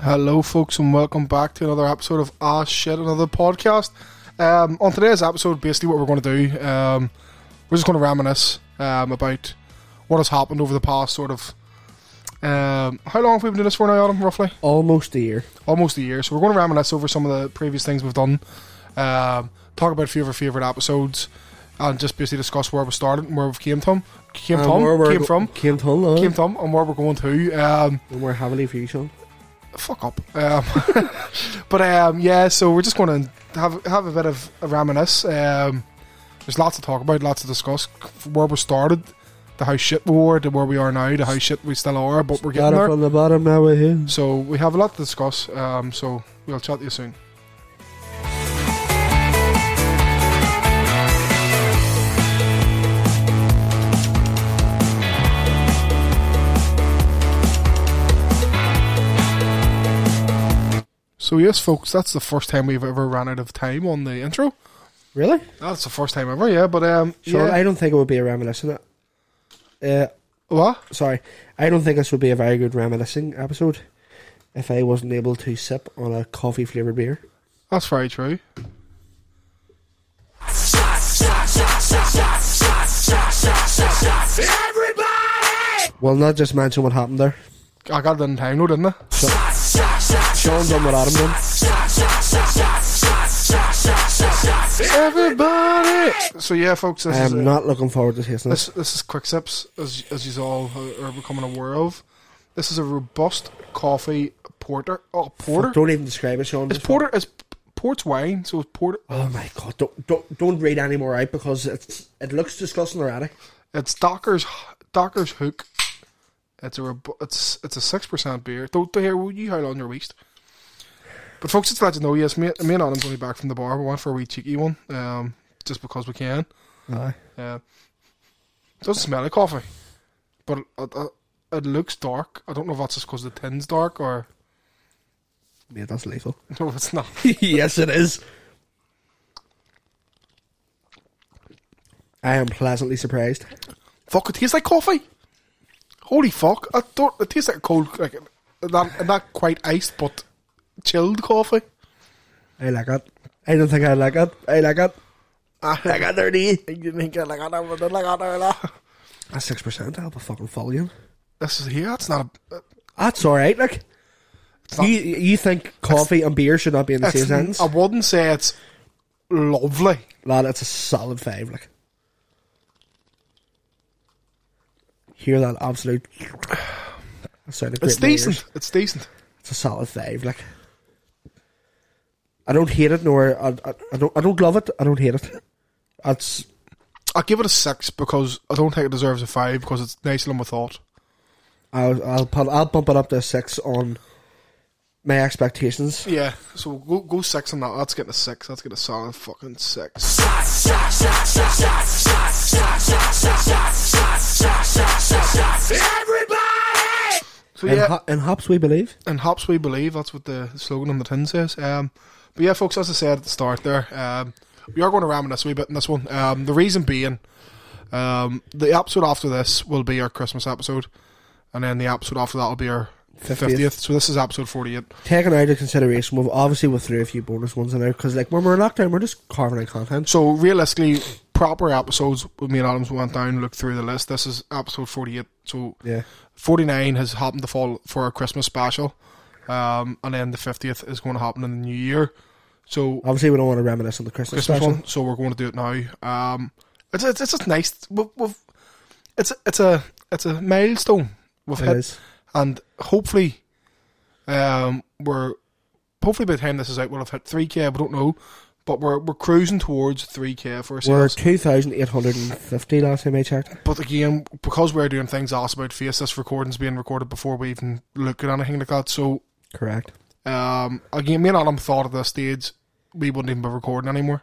Hello, folks, and welcome back to another episode of Ah Shit Another Podcast. Um, on today's episode, basically, what we're going to do, um, we're just going to reminisce um, about what has happened over the past sort of. Um, how long have we been doing this for now, Adam, roughly? Almost a year. almost a year. So we're going to reminisce over some of the previous things we've done, um, talk about a few of our favourite episodes, and just basically discuss where we started and where we came from, came And from, where Uh, we're came go- from, Came from. Uh, came from, and where we're going to. Um, and we're heavily for you, Sean. fuck up. Um, but um, yeah, so we're just going to have have a bit of a reminisce. Um, there's lots to talk about, lots to discuss. Where we started, the how shit we were, to where we are now, to how shit we still are, but we're getting Got it there. from the bottom now we're here. So we have a lot to discuss. Um, so we'll chat to you soon. So yes, folks, that's the first time we've ever ran out of time on the intro. Really? That's the first time ever, yeah. But um, Sean, yeah. I don't think it would be a reminiscent. Uh, what? sorry, I don't think this would be a very good reminiscing episode if I wasn't able to sip on a coffee flavored beer. That's very true. Well, not just mention what happened there. I got it in time, though, didn't I? Sean done what Adam done. Everybody. So yeah, folks, this I is it. am not looking forward to tasting This this. this is quick sips, as as you all are becoming aware of. This is a robust coffee porter. Oh, porter! Don't even describe it, Sean. It's Just- porter. It's port's wine, so it's porter. Oh my god! Don't don't don't read any more out because it's it looks disgusting already. It's Docker's Docker's Hook. It's a robu- it's it's a six percent beer. Don't don't hear you howl on your waist. But folks, it's glad to know. Yes, me, me and Adam's only back from the bar. We went for a wee cheeky one, um, just because we can. Aye. Uh, doesn't smell like coffee, but it, it, it looks dark. I don't know if that's just because the tin's dark or Yeah, that's lethal. no, it's not. yes, it is. I am pleasantly surprised. Fuck, it tastes like coffee. Holy fuck! I don't, it tastes like cold, like not not quite iced, but chilled coffee. I like it. I don't think I like it. I like it. I I got dirty. think like I never did like I never. That's six percent. I'll be fucking following. This is here. That's not a. That's all right. Like not- you, you think coffee and beer should not be in the same It's, sentence? I wouldn't say it's lovely. Lad, that's a solid five. Like hear that absolute. That sounded great It's in my ears. decent. It's decent. It's a solid five. Like, I don't hate it, nor I, I, I don't. I don't love it. I don't hate it. That's I give it a six because I don't think it deserves a five because it's nicely on my thought. I'll I'll put, I'll bump it up to a six on my expectations. Yeah, so go go six on that. That's getting a six. That's getting a solid fucking six. So And, yeah, ho- and hops, we believe. and hops we believe. That's what the slogan on the tin says. Um, but yeah, folks, as I said at the start, there um, we are going to reminisce a wee bit in this one. Um, the reason being, um, the episode after this will be our Christmas episode, and then the episode after that will be our 50th. fiftieth. So this is episode forty-eight. Taking out of consideration, we've obviously we threw a few bonus ones in there because, like, when we're in lockdown, we're just carving out content. So realistically, proper episodes with me and Adams went down and looked through the list. This is episode forty-eight. So Yeah, 49 has happened to fall for our Christmas special, um, and then the 50th is going to happen in the new year. So obviously we don't want to reminisce on the Christmas, Christmas special. one, so we're going to do it now. Um, it's it's, it's just nice. We've, we've, it's it's a it's a milestone we've It hit, is. and hopefully, um, we're hopefully by the time this is out, we'll have hit three k. We don't know, but we're we're cruising towards three k for We're ourselves. two thousand eight hundred and fifty last time I checked. But again, because we're doing things ass about face, this recording's being recorded before we even look at anything like that. So Correct. Um, again, me and Adam thought at this stage we wouldn't even be recording anymore.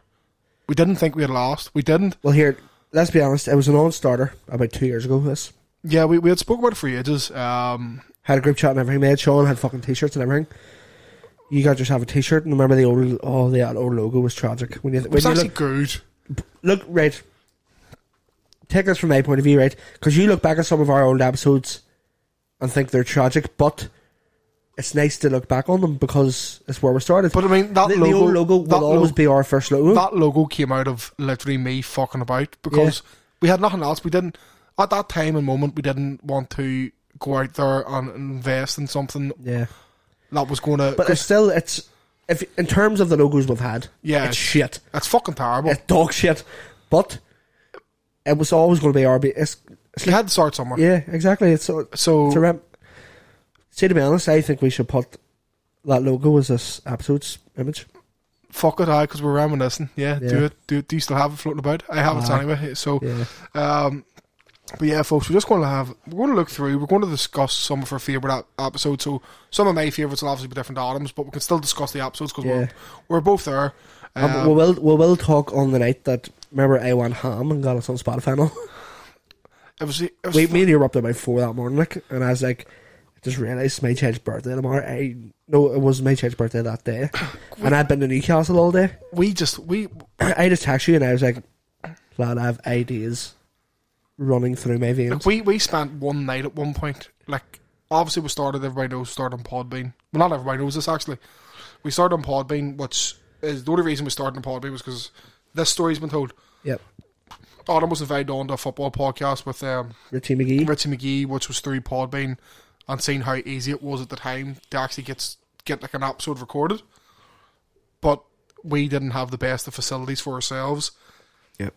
We didn't think we had lost. We didn't. Well, here, let's be honest. It was an on-starter about two years ago. This Yeah, we, we had spoke about it for ages. Um, had a group chat and everything. Made Sean had fucking t-shirts and everything. You got yourself a t-shirt and remember the old oh the old logo was tragic. When you it when was you actually look, good. look right, take this from my point of view, right? Because you look back at some of our old episodes and think they're tragic, but it's nice to look back on them because it's where we started. But I mean, that the, logo, the old logo will that always lo- be our first logo. that logo came out of literally me fucking about because we had nothing else. We didn't at that time and moment we didn't want to go out there and invest in something yeah, that was going to. but it's still it's if in terms of the logos we've had, Yeah, it's it's- shit, that's fucking terrible. it's dog shit. But it was always going to be our. be- It's, you had to start somewhere. yeah, exactly. It's so So it's a rem- See, to be honest, I think we should put that logo as this episode's image. fuck it, I because we're reminiscing. Yeah, Yeah. do it. Do, do you still have it floating about? I have it Aye. anyway. So Yeah, Um, but yeah, folks, we're just going to have we're going to look through. We're going to discuss some of our favorite ep- episodes. So some of my favorites will obviously be different to Adams, but we can still discuss the episodes because Yeah. we're, we're both there. Um, and we will we will talk on the night that remember I went ham and got us on Spotify. Now. it was, it was We, me and you were up there by four that morning, like, and I was like, I just realised it's my child's birthday tomorrow. I no, it was my child's birthday that day, and I'd been to Newcastle all day. we just we I just texted you, and I was like, lad, I have ideas running through my veins. we we spent one night at one point. Like obviously we started. Everybody knows started on Podbean. Well, not everybody knows this actually. We started on Podbean, which is the only reason we started on Podbean was because this story's been told. Yep, Adam was invited on to a football podcast with um, Richie McGee. Richie McGee, which was through Podbean, and seeing how easy it was at the time to actually get get like an episode recorded. But we didn't have the best of facilities for ourselves Yep,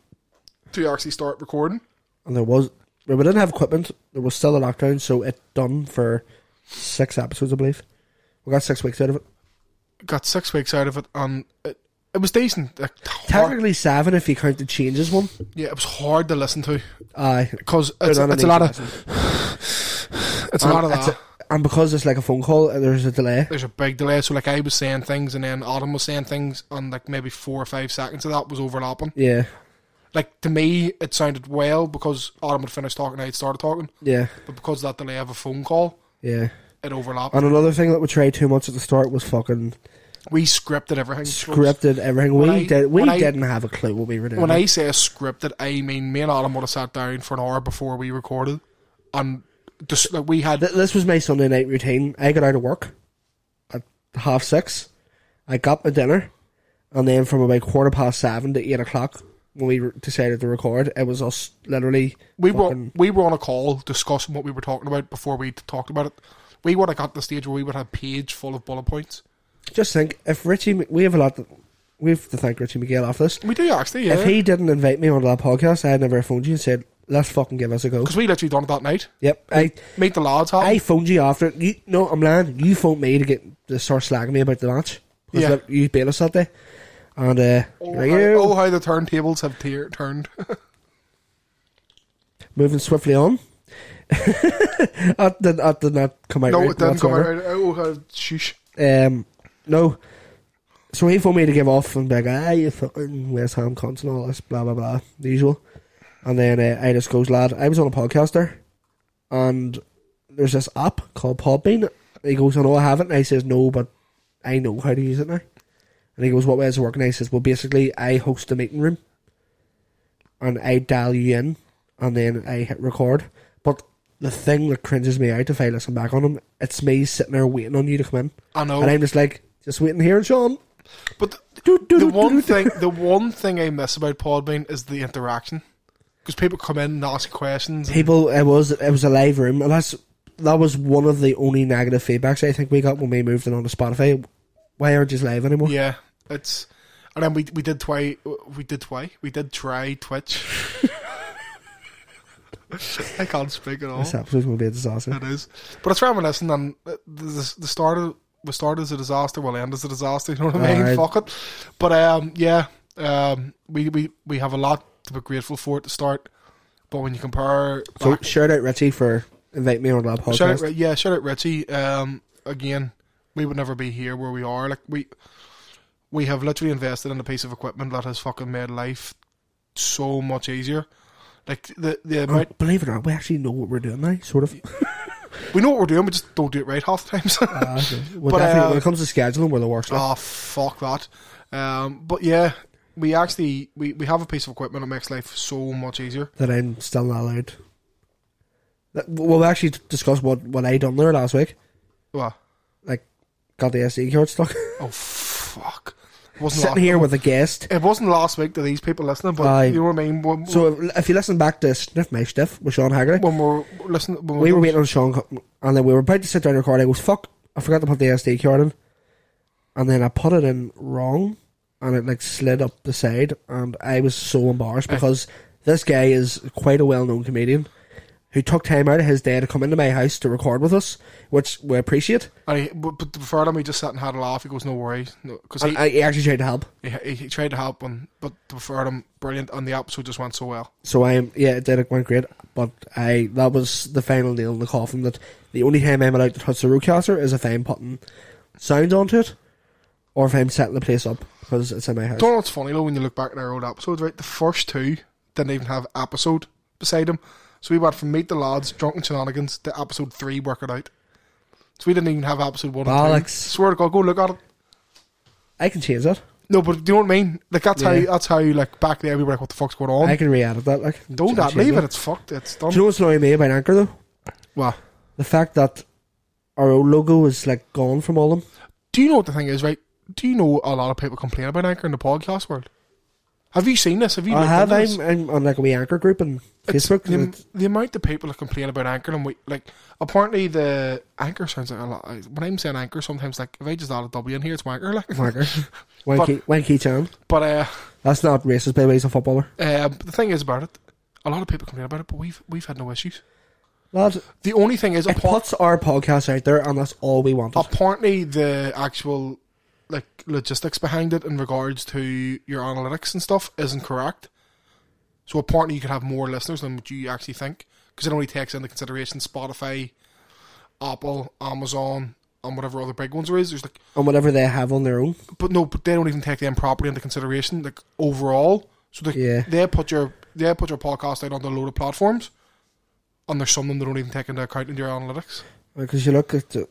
to actually start recording. and there was we didn't have equipment. There was still a lockdown, so it done for six episodes, I believe. We got six weeks out of it. Got six weeks out of it, and it, it was decent. Like, hard, Technically seven if you count the changes one. yeah, it was hard to listen to Aye, because it's, There's it's a not lot an of it's a lot of And it's that. a- and because it's like a phone call, there's a delay. There's a big delay, so like I was saying things, and then Adam was saying things, and like maybe four or five seconds of that was overlapping. Yeah, like to me it sounded well because Adam had finished talking, I had started talking, yeah, but because of that delay of a phone call, yeah. it overlapped. And another thing that we tried too much at the start was fucking We scripted everything. scripted everything. When We I- did. We when I- didn't have a clue what we were doing. When I say scripted, I mean me and Adam would have sat down for an hour before we recorded, and just like we had Th- this was my Sunday night routine. I got out of work at half six. I got my dinner, and then from about quarter past seven to eight o'clock, when we re- decided to record, it was us literally. we were fucking- we were on a call discussing what we were talking about before we talked about it. We would have got to the stage where we would have a page full of bullet points. just think if Richie, M- we have a lot. To, we have to thank Richie Miguel after this. We do actually, yeah, If he didn't invite me onto that podcast, I'd never have phoned you and said, "Let's fucking give us a go." because we literally done it that night. Yep, I Meet the lads, Adam. I phoned you after. it. You no, I'm lying. You phoned me to get to start slagging me about the match. Because Yeah. look, you bailed us that day, and uh, oh, like, how, "Ew." oh, how the turntables have tear turned. moving swiftly on. that, did, that did not come out. no, right it didn't come out. whatsoever. right. Oh, how, sheesh. Um, no. So he phoned me to give off and be like, ah, you fucking West Ham cunts and all this, blah, blah, blah, the usual. And then uh, I just goes, lad, I was on a podcaster and there's this app called Podbean. He goes, I know I have it. And I says, no, but I know how to use it now. And he goes, what way is it working? I says, well, basically, I host the meeting room and I dial you in and then I hit record. But the thing that cringes me out if I listen back on him, it's me sitting there waiting on you to come in. I know. And I'm just like, just waiting here, Sean. But th- Do, do, the do, do, one do. thing, the one thing I miss about Podbean is the interaction because people come in and ask questions. people, it was it was a live room, and that's that was one of the only negative feedbacks I think we got when we moved it onto Spotify. Why aren't you live anymore? Yeah, it's and then we we did try we did try we did try Twitch. I can't speak at all. This episode's gonna be a disaster. It is, but it's reminiscent, and uh, the, the start of the start is a disaster, will end as a disaster. You know what I mean? Aye. Fuck it. But um, yeah, um, we, we we have a lot to be grateful for at the start, but when you compare So back shout out Richie for inviting me on that podcast. Shout out, Ri- yeah, shout out Richie. Um, again, we would never be here where we are. Like we, we have literally invested in a piece of equipment that has fucking made life so much easier. Like the the And amount, believe it or not, we actually know what we're doing now, sort of. we know what we're doing, we just don't do it right half the times. Uh, we're But, definitely, uh, when it comes to scheduling, we're the worst. like. Ah, fuck that. Um, but yeah, we actually we, we have a piece of equipment that makes life so much easier. that I'm still not allowed. That- Well, we actually discussed what, what I done there last week. Well, like got the SD card stuck. Oh fuck! It wasn't Sitting last- here with a guest. It wasn't last week to these people listening, but Aye. you know what I mean. When, So if, if you listen back to Sniff My Stiff with Sean Haggerty, when we're listening, when we were waiting on Sean, co- and then we were about to sit down and record. I goes, "Fuck, I forgot to put the SD card in," and then I put it in wrong, and it like slid up the side, and I was so embarrassed because this guy is quite a well-known comedian who took time out of his day to come into my house to record with us, which we appreciate. And he, but, but before him, he just sat and had a laugh. He goes, "No worries," because And I, he actually tried to help, he, he he tried to help, and but before him, brilliant, and the episode just went so well. so I'm yeah, it did it went great, but I that was the final nail in the coffin that the only time I'm allowed to touch the roadcaster is if I'm putting sound onto it. Or if I'm setting the place up because it's in my house. Don't know what's funny though when you look back at our old episodes, right? The first two didn't even have episode beside them. So we went from Meet the Lads, Drunken Shenanigans to episode three, Work It Out. So we didn't even have episode one. And two. Bollocks. Swear to God, go look at it. I can change that. No, but do you know what I mean? Like that's Yeah. how that's how like back there we were like, what the fuck's going on? I can re-edit that. Like, Don't that change leave it. It's fucked. It's done. Do you know what's annoying me about Anchor though? Wow. The fact that our old logo is like gone from all of them. Do you know what the thing is, right? Do you know a lot of people complain about Anchor in the podcast world? Have you seen this? Have you? I looked have. into this? I'm, I'm on like a wee Anchor group and It's Facebook. The, and it- the amount of people that complain about Anchor and we like apparently the Anchor sounds like a lot. When I'm saying Anchor, sometimes like if I just add a W in here, it's wanker. Like, Anchor. Wanky, wanky Chan. but uh, That's not racist, by the way. He's a footballer. uh, the thing is about it, a lot of people complain about it, but we've we've had no issues. Lad, The only thing is, it apart, puts our podcast out there, and that's all we wanted. apparently the actual like logistics behind it in regards to your analytics and stuff isn't correct. So apparently you could have more listeners than what you actually think because it only takes into consideration Spotify, Apple, Amazon, and whatever other big ones there is. There's like, And whatever they have on their own. but no, but they don't even take them properly into consideration. Like overall, so they, Yeah. they put your they put your podcast out on a load of platforms, and there's some of them they don't even take into account in your analytics. Because you look at the.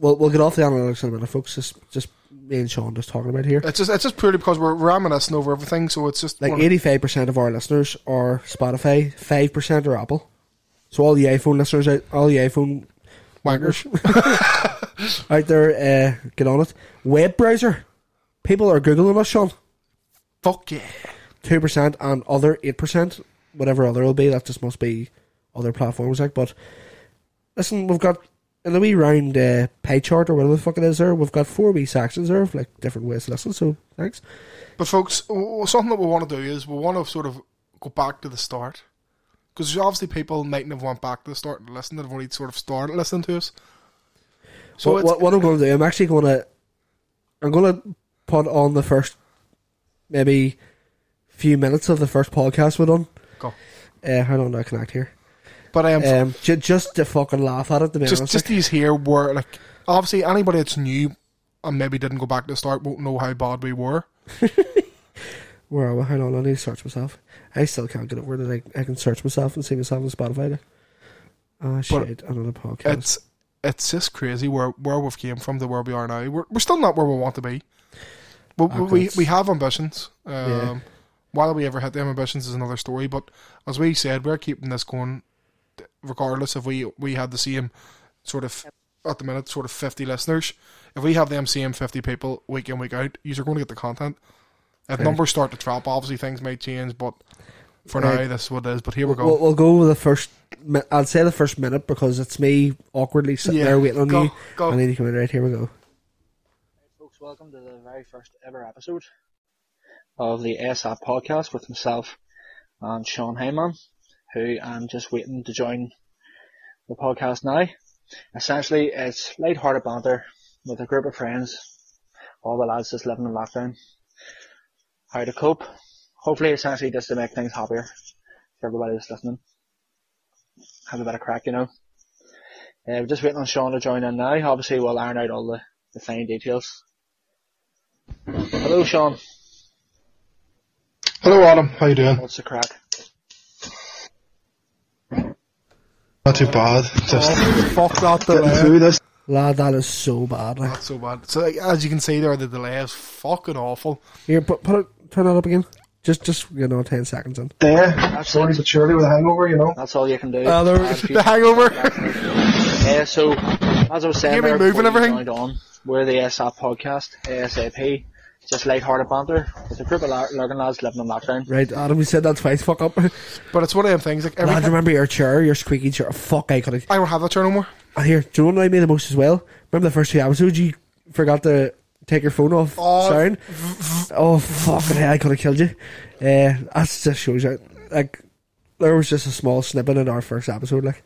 Well, we'll get off the analytics in a minute, folks. Just, just me and Sean just talking about here. It's just it's just purely because we're reminiscing over everything. So it's just Like one of- eighty-five percent of our listeners are Spotify, five percent are Apple. So all the iPhone listeners, out, all the iPhone wankers. out there, uh, get on it. Web browser, people are googling us, Sean. Fuck yeah. Two percent and other eight percent, whatever other will be. That just must be other platforms like. But listen, we've got in the wee round uh, pie chart or whatever the fuck it is there. We've got four wee sections there of like different ways to listen. So thanks. But folks, w- w- something that we want to do is we want to sort of go back to the start because there's obviously people mightn't have went back to the start and listened. They've only sort of started listening to us. So So what, it's, what, what I'm going to do, I'm actually going to, I'm going to put on the first, maybe, few minutes of the first podcast we're done. Go. Uh, how long do I connect here? but um, Um, ju- just to fucking laugh at it, to be just honest. just these here were like obviously anybody that's new and maybe didn't go back to the start won't know how bad we were. Where am I? Hang on, I need to search myself. I still can't get it. Where did I? I can search myself and see myself on Spotify. Like. Oh shit! Another podcast. It's it's just crazy where where we've came from to where we are now. We're we're still not where we want to be. But Oh, we God. we have ambitions. Um, Yeah. Whether we ever hit them ambitions is another story. But as we said, we're keeping this going, regardless if we we had the same sort of at the minute sort of fifty listeners. If we have them same fifty people week in week out, you're going to get the content. If Fair. numbers start to drop, obviously things may change. But for Right. now, this is what it is. But here we go. We'll, we'll go with the first. mi- I'll say the first minute because it's me awkwardly sitting Yeah, there waiting on go, you. go. I need to come in right here. We go. folks, welcome to the very first ever episode of the ASAP podcast with myself and Sean Heyman, who I'm just waiting to join the podcast now. Essentially, it's light-hearted banter with a group of friends, all the lads just living in lockdown, how to cope. Hopefully, essentially, just to make things happier for everybody that's listening. Have a bit of crack, you know. Uh, we're just waiting on Sean to join in now. Obviously, we'll iron out all the, the fine details. Hello, Sean. Hello, Adam. How you doing? What's the crack? Not too bad. Just uh, Fuck that getting delay. through this. Lad, that is so bad. Like, Not so bad. So like, as you can see there, the delay is fucking awful. Here, put, put it, turn that up again. Just, just you know, ten seconds in. There, slowly but surely with a hangover, you know. That's all you can do. Uh, there- And if you- The hangover. Uh, so, as I was saying, Give me there, move and before you everything. joined on, we're the ASAP podcast, ASAP, just light-hearted banter with a group of la- Lurgan lads living in lockdown. Right, Adam, we said that twice. Fuck up. But it's one of them things. Like every Lad, time- remember your chair, your squeaky chair. Fuck, I couldn't. I don't have that chair no more. And Ah, here, do you know what annoyed me the most as well? Remember the first two episodes you forgot to take your phone off Oh, sound? oh, fucking hell, I could have killed you. Uh, that just shows you. Like, there was just a small snippet in our first episode. Like,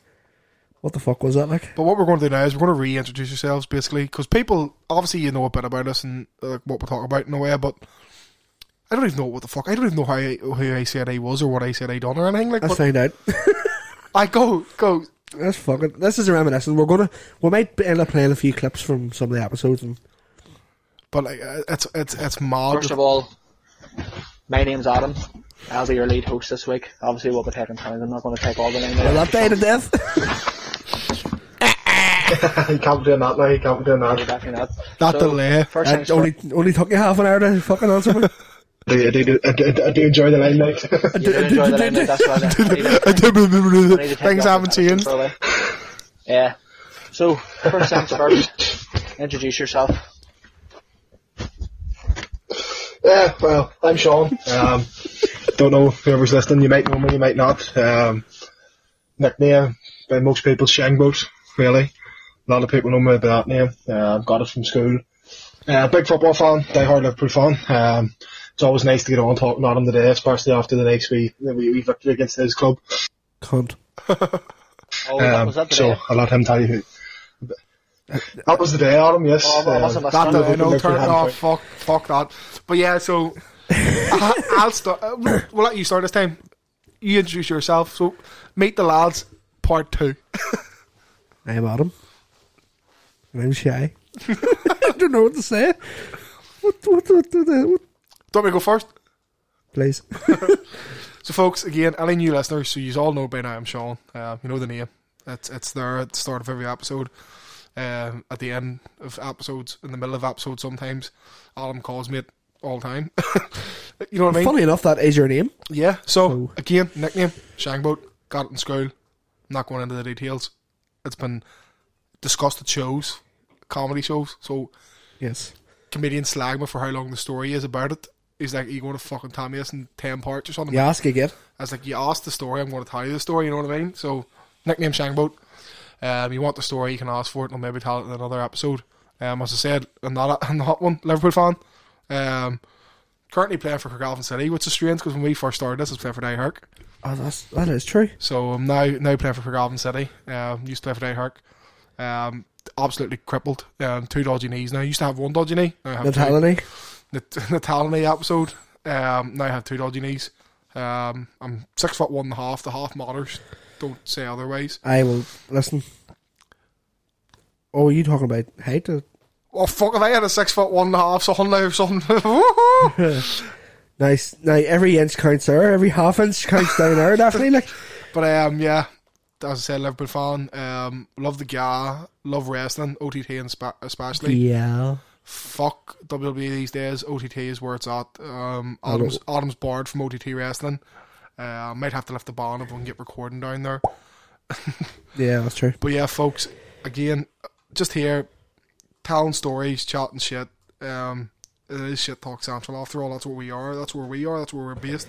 what the fuck was that like? But what we're going to do now is we're going to reintroduce yourselves basically because people obviously you know a bit about us and uh, what we're talking about in a way, but. I don't even know what the fuck. I don't even know how I, who I said I was or what I said I done or anything like. Let's But find out. I go go. That's fucking. This is a reminiscence. We're gonna. We might end up playing a few clips from some of the episodes. And But like, uh, it's it's it's mad. First of all, my name's Adam. I'll be your lead host this week. Obviously, we'll be taking turns. I'm not going to take all the name. well, that died to death. he can't be doing that now, he can't be doing that. that. That delay. First That things only only took you half an hour to fucking answer. me. I do, I, do, I, do, I do enjoy the limelight. first, you did enjoy the name. That's what I did. I don't remember I need to the- take Things that haven't attitude changed. for a while. Yeah. So, first things first, introduce yourself. yeah, well, I'm Sean. Um, don't know if whoever's listening, you might know me, you might not. Um, nickname, by most people, Shangboat, really. A lot of people know me by that name. Uh, I've got it from school. Uh, big football fan, diehard Liverpool fan. Um, it's always nice to get on talking about him today, especially after the next wee, wee, wee victory against his club. Cunt. Oh, Um, was that the so name? I'll let him tell you who. That was the day, Adam, yes. Oh, I must have Um, missed That one. delay. Look, No, look, turn we it haven't off. Fuck, fuck that. But yeah, so I, I'll start. uh, We'll we'll let you start this time. You introduce yourself. So meet the lads, part two. I'm Adam. And I'm shy. I don't know what to say. What what what, what, what, what Don't we go first? please? So, folks, again, any new listeners, so you all know by now, I'm Sean. Uh, you know the name. It's it's there at the start of every episode, um, at the end of episodes, in the middle of episodes sometimes. Adam calls me it all the time. you know what I mean? Funny enough, that is your name. Yeah. So, So- again, nickname Shangboat. Got it in school. Not going into the details. It's been discussed at shows, comedy shows. So Yes. comedian slag me for how long the story is about it. He's like, "Are you going to fucking tell me this in ten parts or something?" You ask again. I was like, "You asked the story. I'm going to tell you the story." You know what I mean? So nickname Shangboat. Um, you want the story, you can ask for it, and I'll maybe tell it in another episode. Um, as I said, I'm not, a, I'm not one Liverpool fan. Um, currently playing for Kirkalvin City, which is strange because when we first started this, I was playing for Dyhurk. Oh, that's that is true. So I'm now now playing for Cargavin City. Um, used to play for Dayhurk. Um, absolutely crippled. Um, two dodgy knees now. Used to have one dodgy knee. Now I have Natality. Two. Nat- Natal knee episode. Um, now I have two dodgy knees. Um, I'm six foot one and a half. The half matters. Don't say otherwise. I will listen. Oh, are you talking about height? Uh, Oh fuck! If I had a six foot one and a half, so now or something. Woohoo! Nice. Now every inch counts there. Every half inch counts down there. Definitely. Like but um, yeah. As I said, Liverpool fan. Um, love the guy. Love wrestling, OTT and spa- especially. yeah. fuck WWE these days. OTT is where it's at. Um, don't- Adam's Adam's barred from OTT wrestling. Uh, might have to lift the ban if we can get recording down there. Yeah, that's true. But yeah, folks, again, just here, telling stories, chatting shit. Um, it is shit talk central. After all, that's what we are. That's where we are. That's where we're based.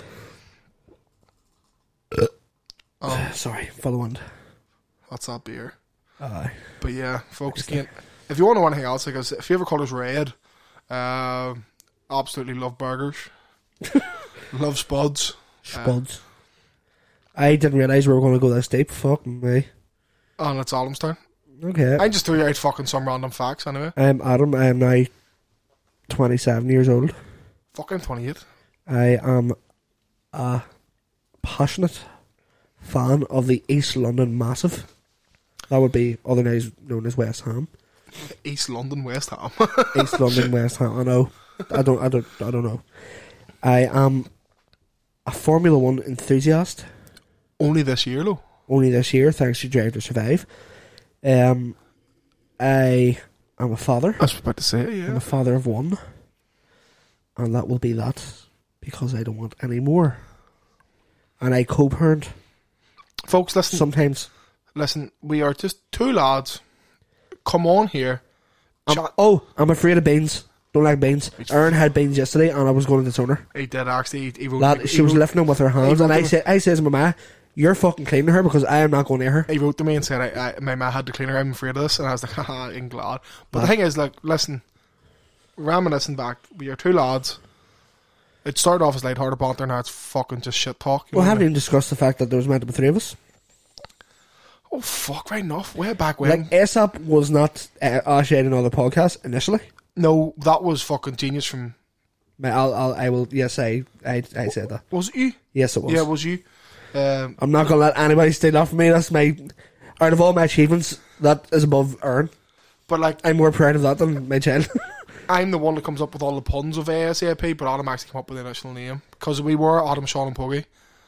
Sorry, follow on. That's that beer. Aye. But yeah, folks, again, if you want to know anything else, like I said, favorite color is red. Um, absolutely love burgers. love spuds. Spuds. I didn't realise we were going to go this deep. Fuck me. And it's Adam's time. Okay. I just threw out fucking some random facts anyway. I'm Um, Adam. I am now 27 years old. Fucking 28. I am a passionate fan of the East London Massive. That would be otherwise known as West Ham. East London, West Ham. East London, West Ham. I know. I don't. I don't. I don't know. I am a Formula One enthusiast. Only this year, though. Only this year, thanks to Drive to Survive. Um, I am a father. I was about to say, I'm yeah. a father of one, and that will be that because I don't want any more. And I co-parent Folks, listen, sometimes. listen, we are just two lads come on here. I'm, Chat- oh, I'm afraid of beans. Don't like beans. Aaron had beans yesterday, and I was going to disown her. He did actually. He, he wrote, Lad, he, she was wrote, lifting them with her hands, and I said, I says, to my ma, you're fucking cleaning her because I am not going near her. he wrote to me and said, I, I, "My ma had to clean her. I'm afraid of this." And I was like, "Haha, I'm glad." But the thing is, like, listen, reminiscing back, we are two lads. It started off as lighthearted banter, now it's fucking just shit talk. you know We what I haven't mean? even discussed the fact that there was meant to be three of us. Oh fuck! Right enough. Way back when. Like, ASAP was not uh, Ash Ed another podcast initially. no, that was fucking genius from. Ma- I'll, I'll, I will, yes, I, I, I said that. Was it you? Yes, it was. Yeah, it was you. Um, I'm not going to let anybody steal that from me. That's my, out of all my achievements, that is above Aaron. but like, I'm more proud of that than my child. I'm the one that comes up with all the puns of ASAP, but Adam actually came up with the initial name because we were Adam, Sean, and Puggy.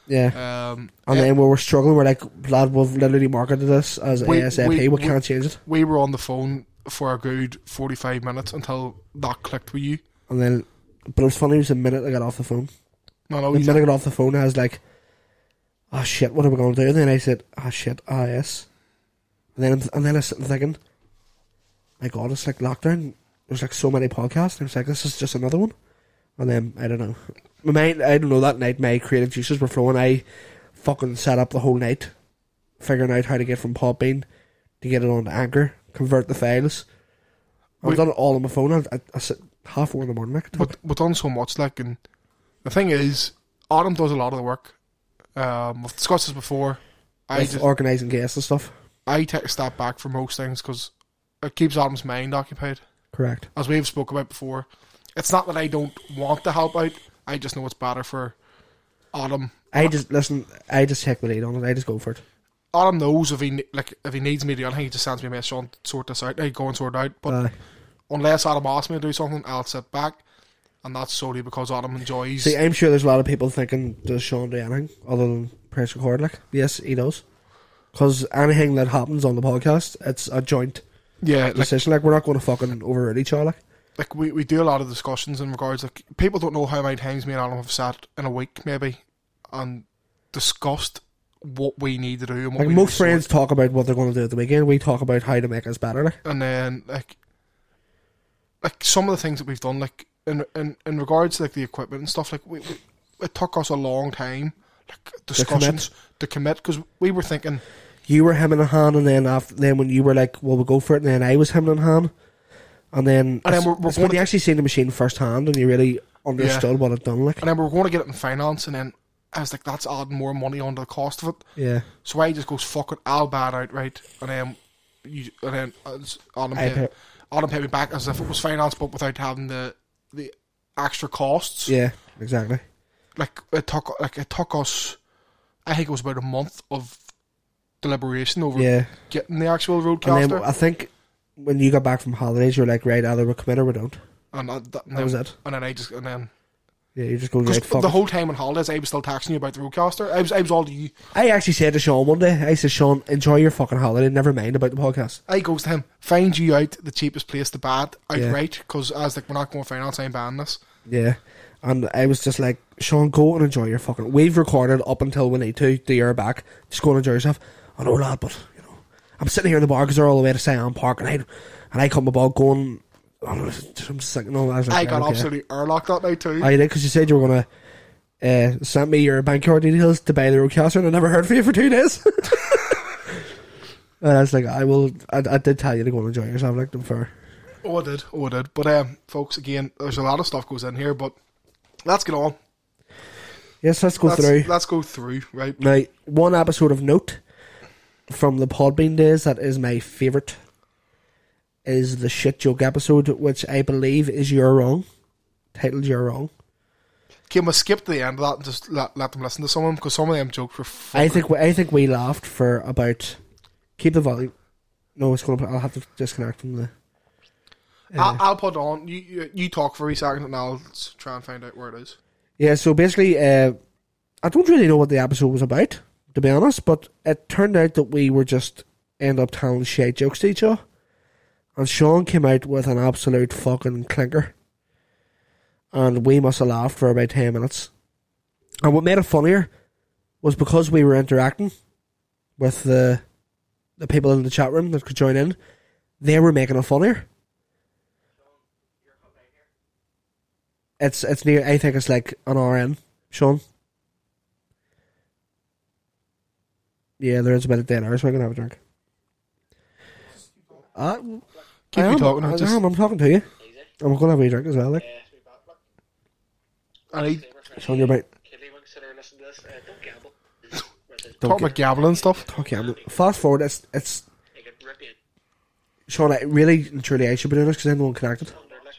yeah. Um, And then we were struggling. We're like, lad, we've literally marketed this as We- ASAP. we- We, we- can't change it. we were on the phone for a good 45 minutes until that clicked with you. And then, but it was funny. It was the minute I got off the phone. No, no, The you- minute I got off the phone, I was like, "Oh shit, what are we going to do?" And then I said, "Oh shit, ah yes." And then, I'm- and then I was sitting thinking, "My God, it's like lockdown. There's like so many podcasts." And I was like, "This is just another one." And then I don't know. My mind, I don't know. That night, my creative juices were flowing. I fucking sat up the whole night, figuring out how to get from Podbean to get it on Anchor, convert the files. I've Wait. done it all on my phone. I, I, I sit half four in the morning. Like, but we've done so much. Like, and the thing is, Adam does a lot of the work. Um, we've discussed this before. I with just, organising guests and stuff. I take a step back from most things because it keeps Adam's mind occupied. Correct. as we've spoke about before, it's not that I don't want to help out. I just know it's better for Adam. I just listen. I just take the lead on it. I just go for it. Adam knows if he ne- like if he needs me to do anything, he just sends me a message on sort this out. I go and sort it out. But Uh, unless Adam asks me to do something, I'll sit back, and that's solely because Adam enjoys. see, I'm sure there's a lot of people thinking, does Sean do anything other than press record? Like, yes, he does. Because anything that happens on the podcast, it's a joint yeah, like, decision. Like, we're not going to fucking overrule each other. Like, like we, we do a lot of discussions in regards like people don't know how many times me and Adam have sat in a week maybe and discussed what we need to do and what like we most need to sort. friends talk about what they're going to do at the weekend. We talk about how to make us better. Like, and then like like some of the things that we've done like in in, in regards to like the equipment and stuff like we, we it took us a long time like discussions to commit because we were thinking you were hemming and hawing, and then after, then when you were like, well, we'll go for it, and then I was hemming and hawing. And then, And then it's- we're- we're it's when gonna- you actually seen the machine firsthand and you really understood what it done. Like, and then we are going to get it in finance and then I was like that's adding more money onto the cost of it yeah. so I just goes fuck it I'll buy it outright and then you and then uh, it's- Adam I paid, pay- Adam paid me back as if it was finance but without having the the extra costs Yeah, exactly. like it took like it took us I think it was about a month of deliberation over Yeah. getting the actual And roadcaster then I think when you got back from holidays, you were like, right, either we commit or we don't. and, I, that, and That was then, it. and then I just and then Yeah, you just go because right. Fuck. the it." whole time on holidays I was still texting you about the roadcaster I was I was all to you I actually said to Sean one day, I said, Sean, enjoy your fucking holiday. Never mind about the podcast. I goes to him find you out the cheapest place to buy it Yeah. outright because I was like we're not going finance I'm buying this Yeah. And I was just like, Sean, go and enjoy your fucking. We've recorded up until we need to, the year back. Just go and enjoy yourself. I know, lad, but, you know, I'm sitting here in the bar because they're all the way to Sion Park and I and I come about going. I'm just like, no, I, was like, I "Right, got okay." absolutely airlocked that night too I did because you said you were gonna uh, send me your bank card details to buy the Rodecaster, and I never heard from you for two days. and I was like, I will. I, I did tell you to go and enjoy yourself, like them fair. oh I did oh I did but um folks again there's a lot of stuff goes in here but let's get on Yes, let's go let's, through let's go through right now. One episode of note from the Podbean days that is my favorite is the shit joke episode, which I believe is "You're Wrong," titled "You're Wrong." Can we skip to the end of that and just let, let them listen to some of them? Because some of them jokes were fucking... I think we, I think we laughed for about keep the volume. No, it's gonna. I'll have to disconnect from the. I, I'll put on... You, you, you talk for a wee second and I'll s- try and find out where it is. Yeah, so basically, uh, I don't really know what the episode was about, to be honest, but it turned out that we were just end up telling shit jokes to each other. And Sean came out with an absolute fucking clinker. And we must have laughed for about 10 minutes. And what made it funnier was because we were interacting with the the people in the chat room that could join in, they were making it funnier. It's it's near. I think it's like an hour in, Sean. Yeah, there is about a bit of dead hour, so I'm gonna have a drink. Uh, Keep I me am, talking. I I just- am, I'm talking to you. I'm gonna have a drink as well. Like, I need Sean, you're about Kidley will consider listening to this. Uh, don't gamble. talk about gambling and stuff. okay. I'm, fast forward. It's it's They could rip you Sean. I really and truly I should be doing this because I'm the one connected. under like.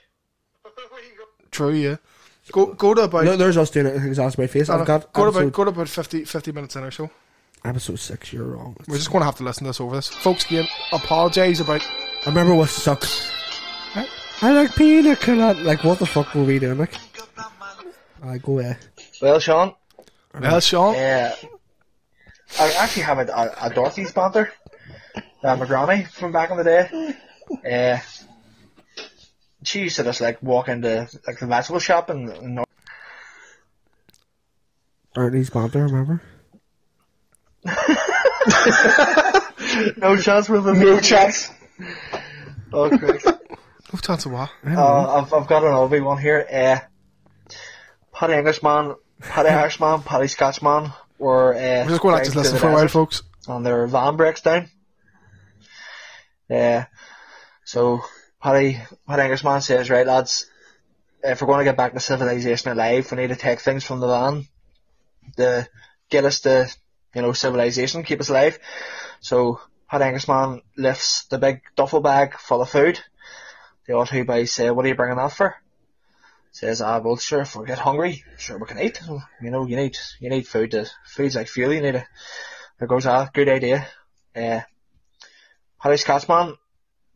True, yeah. Go go to about No, there's us doing it. Exhaust my face. I've got Uh, go to about episode, go to about 50, 50 minutes in or so. episode six. You're wrong. We're just going to have to listen to this over this, folks. Again, apologise about I remember what sucks. I, I like pina colada. Like, what the fuck were we doing? Like, I go uh, there. Well, Sean, well, Sean. uh, I actually have a, a, a Dorothy's banter. Uh, my granny from back in the day. Uh, she used to just like walk into like the vegetable shop and, and Ernie's banter, remember? no chance with them. No chance. Oh, Christ. No chance of what? Uh, I've, I've got an Obi one here. Uh, Paddy Englishman, Paddy Irishman, Paddy Scotchman were. Uh, We're just going to have to dragged listen through for a the while, desert folks. And their van breaks down. Uh, so Paddy, Paddy Englishman says, right lads, if we're going to get back to civilization alive, we need to take things from the van to get us to, you know, civilization, keep us alive. So Paddy Englishman lifts the big duffel bag full of food. The old two boys say, what are you bringing that for? Says, ah, well, sure, if we get hungry, sure, we can eat. You know, you need, you need food to, food's like fuel, you need it. There goes, ah, good idea. Uh, Harry Scotsman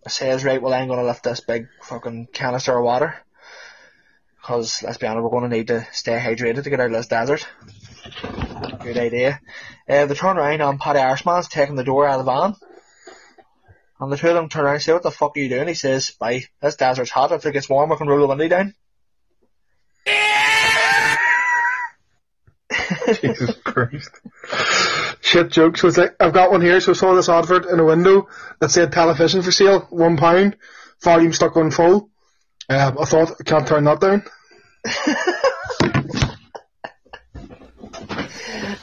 says, right, well, I'm gonna lift this big fucking canister of water. Cause, let's be honest, we're gonna need to stay hydrated to get out of this desert. Good idea. Uh, they turn around and Paddy Arshman's taking the door out of the van. And the two of them turn around and say, What the fuck are you doing? He says, Bye, this desert's hot. If it gets warm, I can roll the window down. Jesus Christ. Shit jokes. So it's like, I've got one here. So I saw this advert in a window that said television for sale, one pound, volume stuck on full. Um, I thought, I can't turn that down.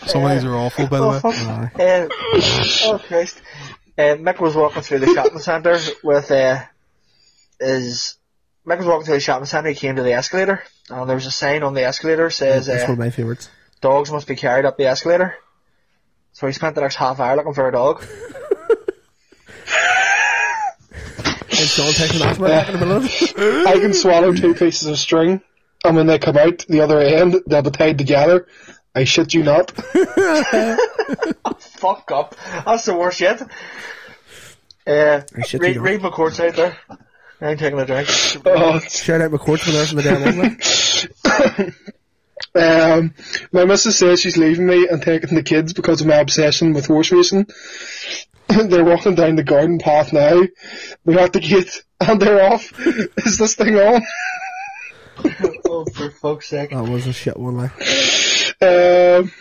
Some of these are awful, by the Oh, way. fuck. Uh, oh, Christ. Uh, Mick was walking through the shopping centre with uh, his. Mick was walking through the shopping centre, he came to the escalator, and there was a sign on the escalator says, That's uh, one of my favourites. Dogs must be carried up the escalator. So he spent the next half hour looking for a dog. And Sean takes an asthma attack in the middle of it. I can swallow two pieces of string, and when they come out the other end, they'll be tied together. I shit you not. Fuck up. That's the worst yet. Uh, shit, read, you don't. read McCourt's out there. I'm taking a drink. Oh, Shout out McCourt for nursing the damn one. like. um, my missus says she's leaving me and taking the kids because of my obsession with horse racing. they're walking down the garden path now. They're at the gate and they're off. Is this thing on? Oh, for fuck's sake. That was a shit one, like. Um,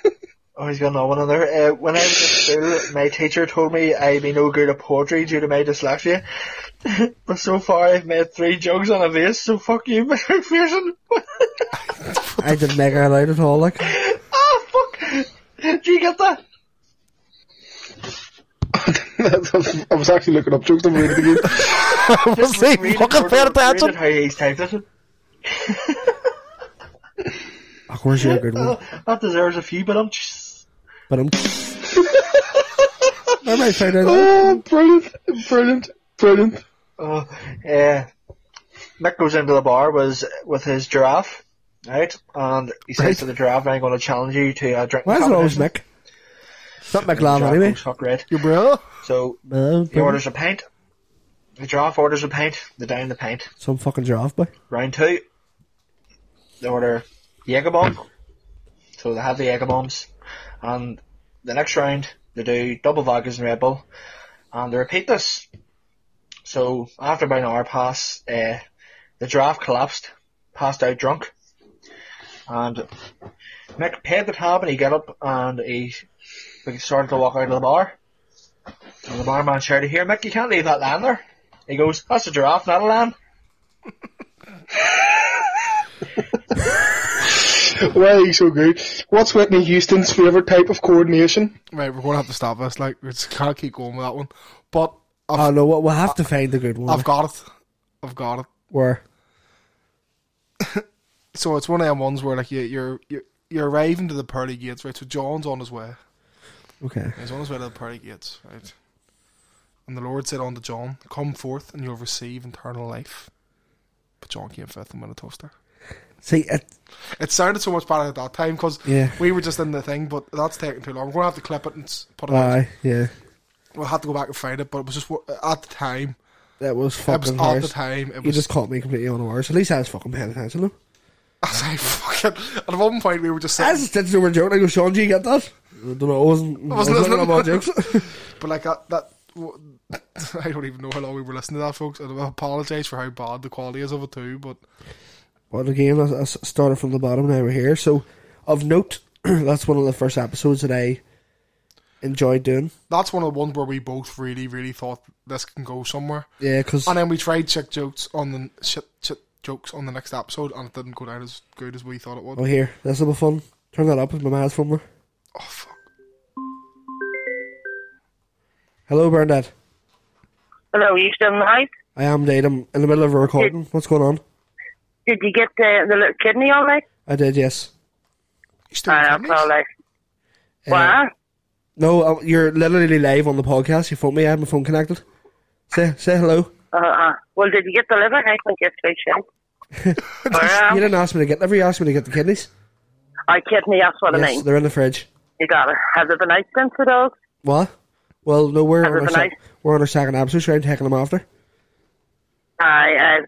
Oh, he's got another one in there. Uh, when I was at school, my teacher told me I'd be no good at poetry due to my dyslexia. but so far, I've made three jokes on a vase, so fuck you, Mr. McPherson. I didn't make it out at all, like. ah, fuck! Do you get that? I was actually looking up jokes. I'm reading again. Just Oh, see, Read it, fucking or- pay Read attention. it how he's typed it. Of course, you're a good one. That deserves a few, but I'm just... But I'm. I might find out. that. Oh, brilliant, brilliant, brilliant. Oh, uh, Mick goes into the bar was with his giraffe, right? And he says Right. to the giraffe, I'm going to challenge you to a drink. Why is it always Mick? It's not McLaren, anyway. Red. Your bro. So No, He orders a pint. The giraffe orders a pint. They down the pint. Some fucking giraffe, boy. Round two. They order Jägerbomb. So they have the Jägerbombs. And the next round, they do double vodkas and Red Bull. And they repeat this. So after about an hour pass, uh, the giraffe collapsed, passed out drunk. And Mick paid the tab and he got up and he we started to walk out of the bar. And the barman shouted, Here, Mick, you can't leave that land there. He goes, That's a giraffe, not a lamb. Why are you so good? What's Whitney Houston's favourite type of coordination? Right, we're gonna have to stop this. Like, we just can't keep going with that one. But I've, Oh no, we'll we'll have to find a good one. I've got it. I've got it. Where? So it's one of them ones where like you, you're you're you're arriving to the pearly gates, right? So John's on his way. Okay. He's on his way to the pearly gates, right? And the Lord said unto John, Come forth, and you'll receive eternal life. But John came fifth and went a toaster. See, it, It sounded so much better at that time because Yeah. we were just in the thing, but that's taking too long. We're gonna have to clip it and s- put it. out. aye, yeah, We'll have to go back and find it, but it was just wo- at the time. that was It was fucking at the hard. time. It You was just caught me completely unawares. At least I was fucking paying attention. Though. I was like, fucking. At one point, we were just I sitting, just didn't know we were joking. I go, Sean, do you get that? I don't know. I wasn't. I wasn't wasn't listening. about jokes. but like that. that w- I don't even know how long we were listening to that, folks. And I apologise for how bad the quality is of it too. But Well, again, I, I s- started from the bottom. Now we're here. So, of note, that's one of the first episodes that I enjoyed doing. that's one of the ones where we both really, really thought this can go somewhere. Yeah, because And then we tried shit jokes on the shit, shit jokes on the next episode, and it didn't go down as good as we thought it would. oh, here, this will be fun. Turn that up with my mouth from there. Oh fuck! Hello, Bernadette. Hello, are you still in the house? I am Dade. I'm in the middle of a recording. What's going on? Did you get the, the little kidney all right? I did, yes. You still I recording am this? all right. Uh, What? No, uh, you're literally live on the podcast. You phoned me. I had my phone connected. Say say hello. Uh, uh, well, did you get the liver? I think it's very shit. You Well, didn't ask me to get. Never you asked me to get the kidneys. I kidney, that's what I Yes, mean. they're in the fridge. You got it. Has it been out since the dog? What? Well, no, we're on Other our, than sec- ice. we're on our second episode. So I'm taking them after. I, I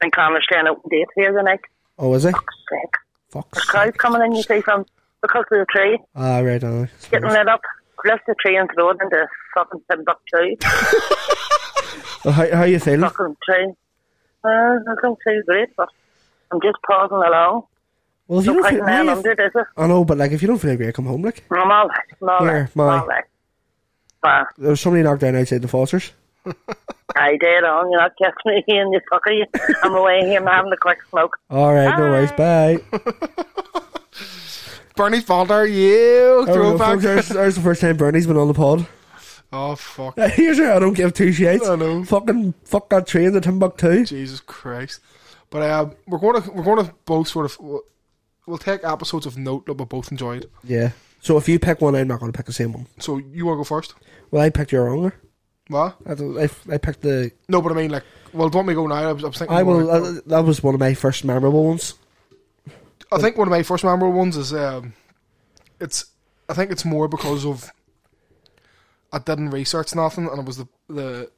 think I'm staying out date here the next Oh, is he? sick. Fuck's Crowd coming in, you see, from because of the tree, Ah, right. Uh, getting lit up. Left the tree and thrown into fucking Timbuktu. how, how you feeling? fucking tree. Uh, I don't feel great, but I'm just pausing along. Well, if you Not don't quite feel, an hour why under if, it, is it? I know, but like if you don't feel great, come home. Like I'm all right. I'm all Here, right. I'm my- all right. But there was somebody knocked down outside the Fosters. I did on, you know, catch me in the fucker. you- I'm away here, I'm having a quick smoke. All right, no worries. Bye. Bernie Fonder, you There we go, folks. throwback. There's, there's the first time Bernie's been on the pod. Oh fuck! Here's her. I don't give two shits. I know. Fucking fuck that tree in the Timbuktu. Jesus Christ! But um, we're going to we're going to both sort of we'll, we'll take episodes of note that we both enjoyed. Yeah. So if you pick one, I'm not going to pick the same one. So you want to go first? Well, I picked your wrong. What? I, don't- I, I picked the. No, but I mean like, well, don't we go now? I was, I was thinking. I more will. like- Uh, that was one of my first memorable ones. I think one of my first memorable ones is um, it's. I think it's more because of I didn't research nothing, and it was the the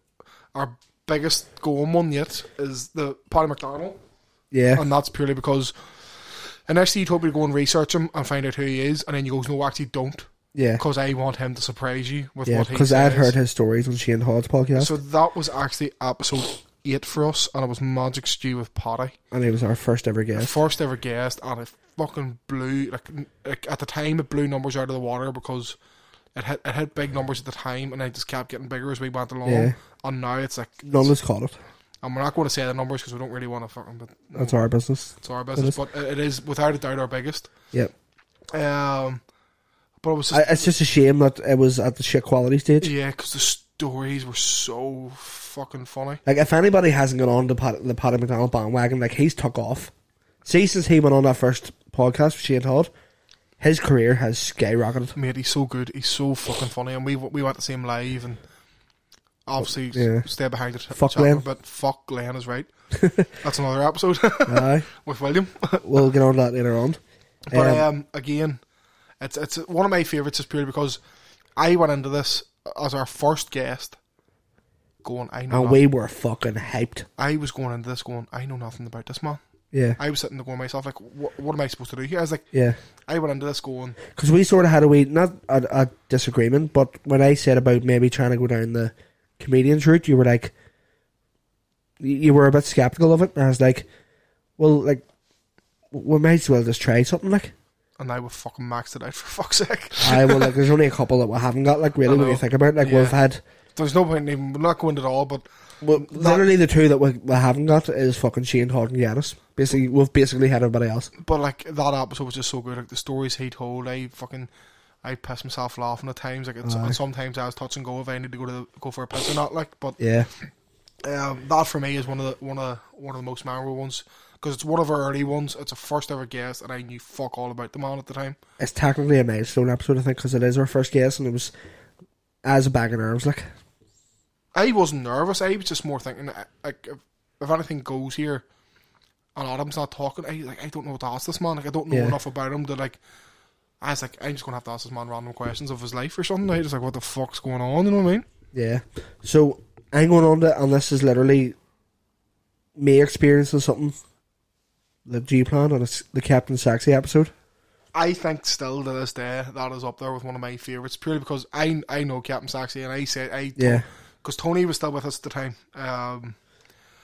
our biggest going one yet is the Paddy McDonald, Yeah. and that's purely because initially you told me to go and research him and find out who he is, and then you goes, no, actually don't, yeah. because I want him to surprise you with Yeah. what he. Because I had says." heard his stories on Shane Hodge's podcast, So that was actually episode eight for us, and it was Magic Stew with Paddy. and he was our first ever the guest. first ever guest, and it fucking blew. Like, n- like at the time, it blew numbers out of the water because it hit it hit big numbers at the time, and it just kept getting bigger as we went along. Yeah. And now it's like, None of us caught it. and we're not going to say the numbers because we don't really want to fucking. But That's our business. it's our business, but it it is without a doubt our biggest. Yep. Um, but it was just I, it's just a shame that it was at the shit quality stage. yeah, because the stories were so fucking funny. Like, if anybody hasn't got on the Pat, the Paddy McDonald bandwagon, like he's took off. See, since he went on that first podcast with Shane Todd, his career has skyrocketed. Mate, he's so good. He's so fucking funny, and we we went to see him live, and obviously Yeah. stay behind the t- Fuck chapter, Glenn. But fuck Glenn is right. That's another episode Aye, with William. we'll get on to that later on. But Um, um, again, it's it's one of my favorites is purely because I went into this as our first guest, going I know and noth- we were fucking hyped. I was going into this going I know nothing about this man. Yeah, I was sitting there going to myself like, what, what am I supposed to do here? I was like, yeah. I went into this going Because we sort of had a wee, not a, a disagreement, but when I said about maybe trying to go down the comedian's route, you were like, you you were a bit skeptical of it. And I was like, well, like, we might as well just try something. Like, and I would fucking maxed it out for fuck's sake. I will, like, there's only a couple that we haven't got, like, really, when know. you think about it. Like, Yeah. we've had There's no point in even, we're not going into it all, but Well, literally the two that we, we haven't got is fucking Shane Hart and Yanis. Basically, we've basically had everybody else. But like that episode was just so good. Like the stories he told, I fucking, I pissed myself laughing at times. Like it's, and sometimes I was touch and go if I need to go to the, go for a piss or not. Like, but Yeah, um, that for me is one of the one of the, one of the most memorable ones because it's one of our early ones. It's a first ever guest, and I knew fuck all about the man at the time. it's technically a milestone episode, I think, because it is our first guest, and it was as a bag of nerves. Like, I wasn't nervous. I was just more thinking uh, like if, if anything goes here, and Adam's not talking, I like I don't know what to ask this man. Like I don't know Yeah. enough about him to like. I was like, I'm just gonna have to ask this man random questions of his life or something. I was like, what the fuck's going on? You know what I mean? yeah. So I'm going on to, and this is literally me experiencing something. The G plan and it's the Captain Sexy episode. I think still to this day that is up there with one of my favorites purely because I I know Captain Saxy and I said I Yeah. because Tony was still with us at the time um,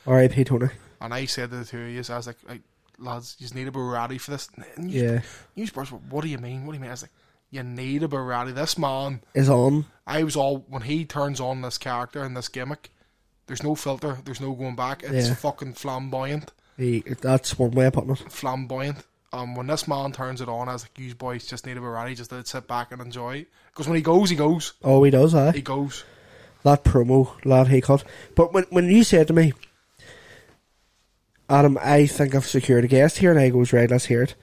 R.I.P. Tony. and I said to the two of you I was like, like lads you just need to be ready for this and you, Yeah, you boys were, what do you mean what do you mean I was like you need to be ready this man is on. I was all when he turns on this character and this gimmick there's no filter there's no going back it's Yeah. fucking flamboyant He, that's one way of putting it. flamboyant. Um, when this man turns it on, I was like, "You boys just need to be ready, just to sit back and enjoy." Because when he goes, he goes, Oh, he does, aye. he goes. that promo lad he cut. But when when you said to me, Adam, I think I've secured a guest here, and I goes right, let's hear it.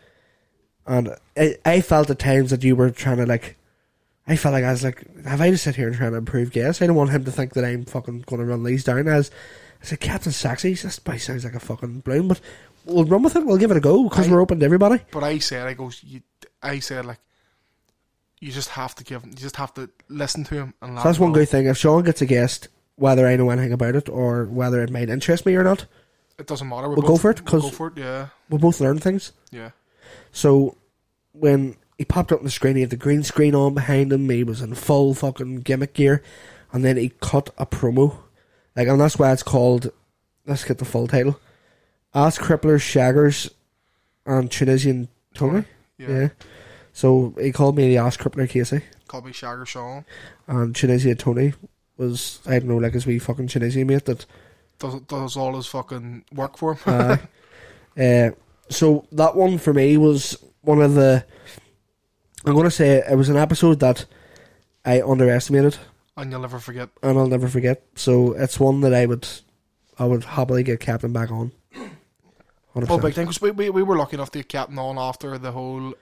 And I, I felt at times that you were trying to like, I felt like I was like, have I to sit here and try to improve guests? I don't want him to think that I'm fucking going to run these down. As I said, Captain Sexy, this boy sounds like a fucking bloom, but we'll run with it. We'll give it a go because we're open to everybody. But I said, "I goes." You, I said, like, you just have to give him. You just have to listen to him and. Laugh So that's one good thing. If Sean gets a guest, whether I know anything about it or whether it might interest me or not, It doesn't matter. we We'll go for it, We'll 'cause- go for it. Yeah, we'll both learn things. yeah. So when he popped up on the screen, he had the green screen on behind him. He was in full fucking gimmick gear, and then he cut a promo. Like, and that's why it's called. Let's get the full title: Ass Cripplers, Shaggers, and Tunisian Tony. Yeah. Yeah. So he called me the Ass Crippler Casey, Call me Shagger Sean. and Tunisian Tony was I don't know like his wee fucking Tunisian mate that Does does all his fucking work for him. Uh, so that one for me was one of the. I'm going to say it was an episode that I underestimated and you'll never forget. and I'll never forget. So it's one that I would, I would happily get Captain back on. 100%. Oh, big thing 'cause we, we we were lucky enough to get Captain on after the whole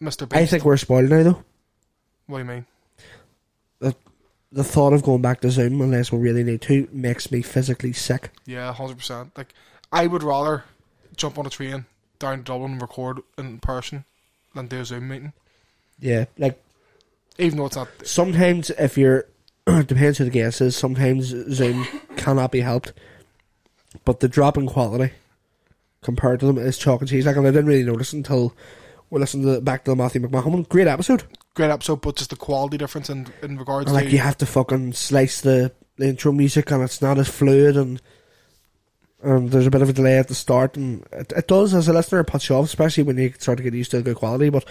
Mr. Beast. I think we're spoiled now though. what do you mean? The thought of going back to Zoom, unless we really need to, makes me physically sick. Yeah, hundred percent. Like I would rather jump on a train down to Dublin and record in person than do a Zoom meeting. Yeah, like Even though it's not sometimes if you're depends who the guest is, sometimes Zoom cannot be helped. But the drop in quality compared to them is chalk and cheese. Like and I didn't really notice until we listened to back to the Matthew McMahon one. Great episode. great episode, but just the quality difference in in regards And like to you have to fucking slice the, the intro music and it's not as fluid and and there's a bit of a delay at the start and it, it does as a listener it puts you off, especially when you start to get used to the good quality. But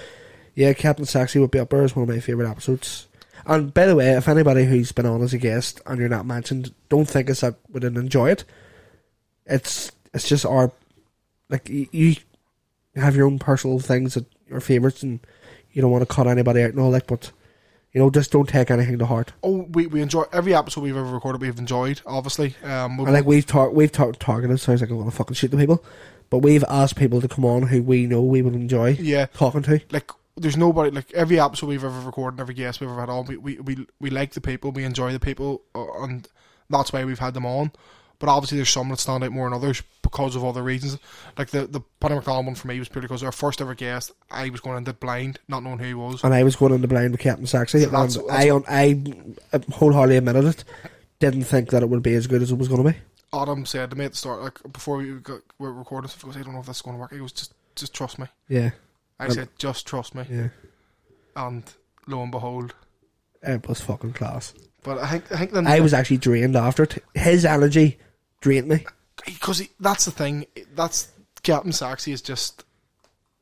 yeah, Captain Sexy would be up there as one of my favourite episodes. And by the way, if anybody who's been on as a guest and you're not mentioned, don't think it's that we didn't enjoy it. It's it's just our like y- you have your own personal things that your favourites and you don't want to cut anybody out and all that, but you know, just don't take anything to heart. oh we, we enjoy every episode we've ever recorded we've enjoyed, obviously. Um we, And like we've tar- we've tar- targeted sounds like I'm gonna fucking shoot the people, but we've asked people to come on who we know we would enjoy yeah. talking to. Like there's nobody like every episode we've ever recorded, every guest we've ever had on, we we, we, we like the people, we enjoy the people uh, and that's why we've had them on. But obviously there's some that stand out more than others because of other reasons. Like the the Paddy McDonald one for me was purely because our first ever guest, I was going into it blind, not knowing who he was. And I was going in the blind with Captain Saxey, and that's- I on I uh, wholeheartedly admitted it. Didn't think that it would be as good as it was gonna be. Adam said to me at the start, like before we got, were recording, stuff, he goes, "I don't know if that's going to work." He goes, "Just, just trust me." Yeah, I Um, said, "Just trust me," yeah, and lo and behold, it was fucking class. but I think I think then I was actually drained after it. His energy drained me. because that's the thing. That's Captain Saxey is just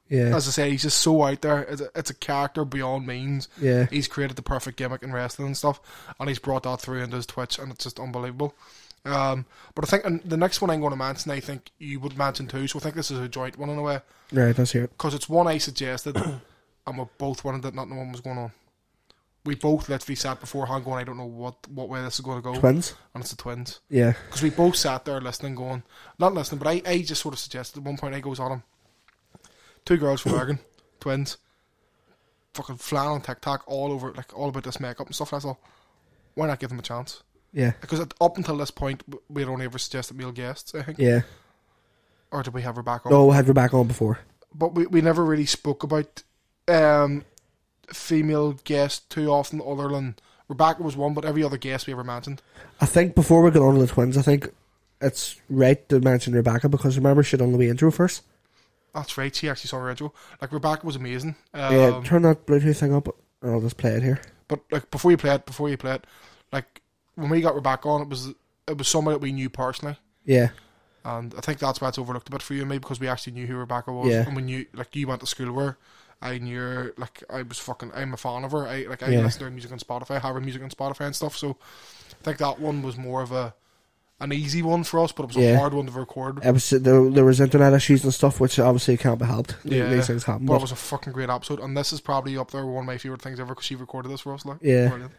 Yeah. As I say, he's just so out there. It's a, it's a character beyond means. Yeah. He's created the perfect gimmick in wrestling and stuff, and he's brought that through into his Twitch, and it's just unbelievable. Um, but I think and the next one I'm going to mention, I think you would mention too, so I think this is a joint one in a way, Right, let's hear it. because it's one I suggested, and we both wanted it, not knowing what was going on. We both literally sat beforehand going, I don't know what, what way this is going to go. Twins? And it's the twins Yeah. because we both sat there listening, going, not listening, but I, I just sort of suggested at one point, I goes on him, two girls from Bergen, twins, fucking flannel and tic tac all over, like all about this makeup and stuff. That's all. Why not give them a chance? Yeah. Because at, up until this point, w- we had only ever suggested male guests, I think, Yeah. or did we have her back on? No, we had her back on before. But we, we never really spoke about um, female guests too often, other than Rebecca was one, but every other guest we ever mentioned. I think before we get on to the twins, I think it's right to mention Rebecca because remember she done the wee intro first. That's right, she actually saw her intro. Like Rebecca was amazing. Um, yeah, turn that Bluetooth thing up and I'll just play it here. But like before you play it, before you play it, like when we got Rebecca on, it was it was somebody that we knew personally, Yeah. and I think that's why it's overlooked a bit for you and me because we actually knew who Rebecca was, Yeah. and we knew like you went to school where I knew her, like I was fucking I'm a fan of her. I like I Yeah. listen to her music on Spotify, I have her music on Spotify and stuff. So I think that one was more of a an easy one for us, but it was Yeah. a hard one to record. It was, there, there was internet issues and stuff, which obviously can't be helped. Yeah. These things happen. but it but- was a fucking great episode, and this is probably up there with one of my favorite things ever because she recorded this for us. Like, Yeah. brilliant.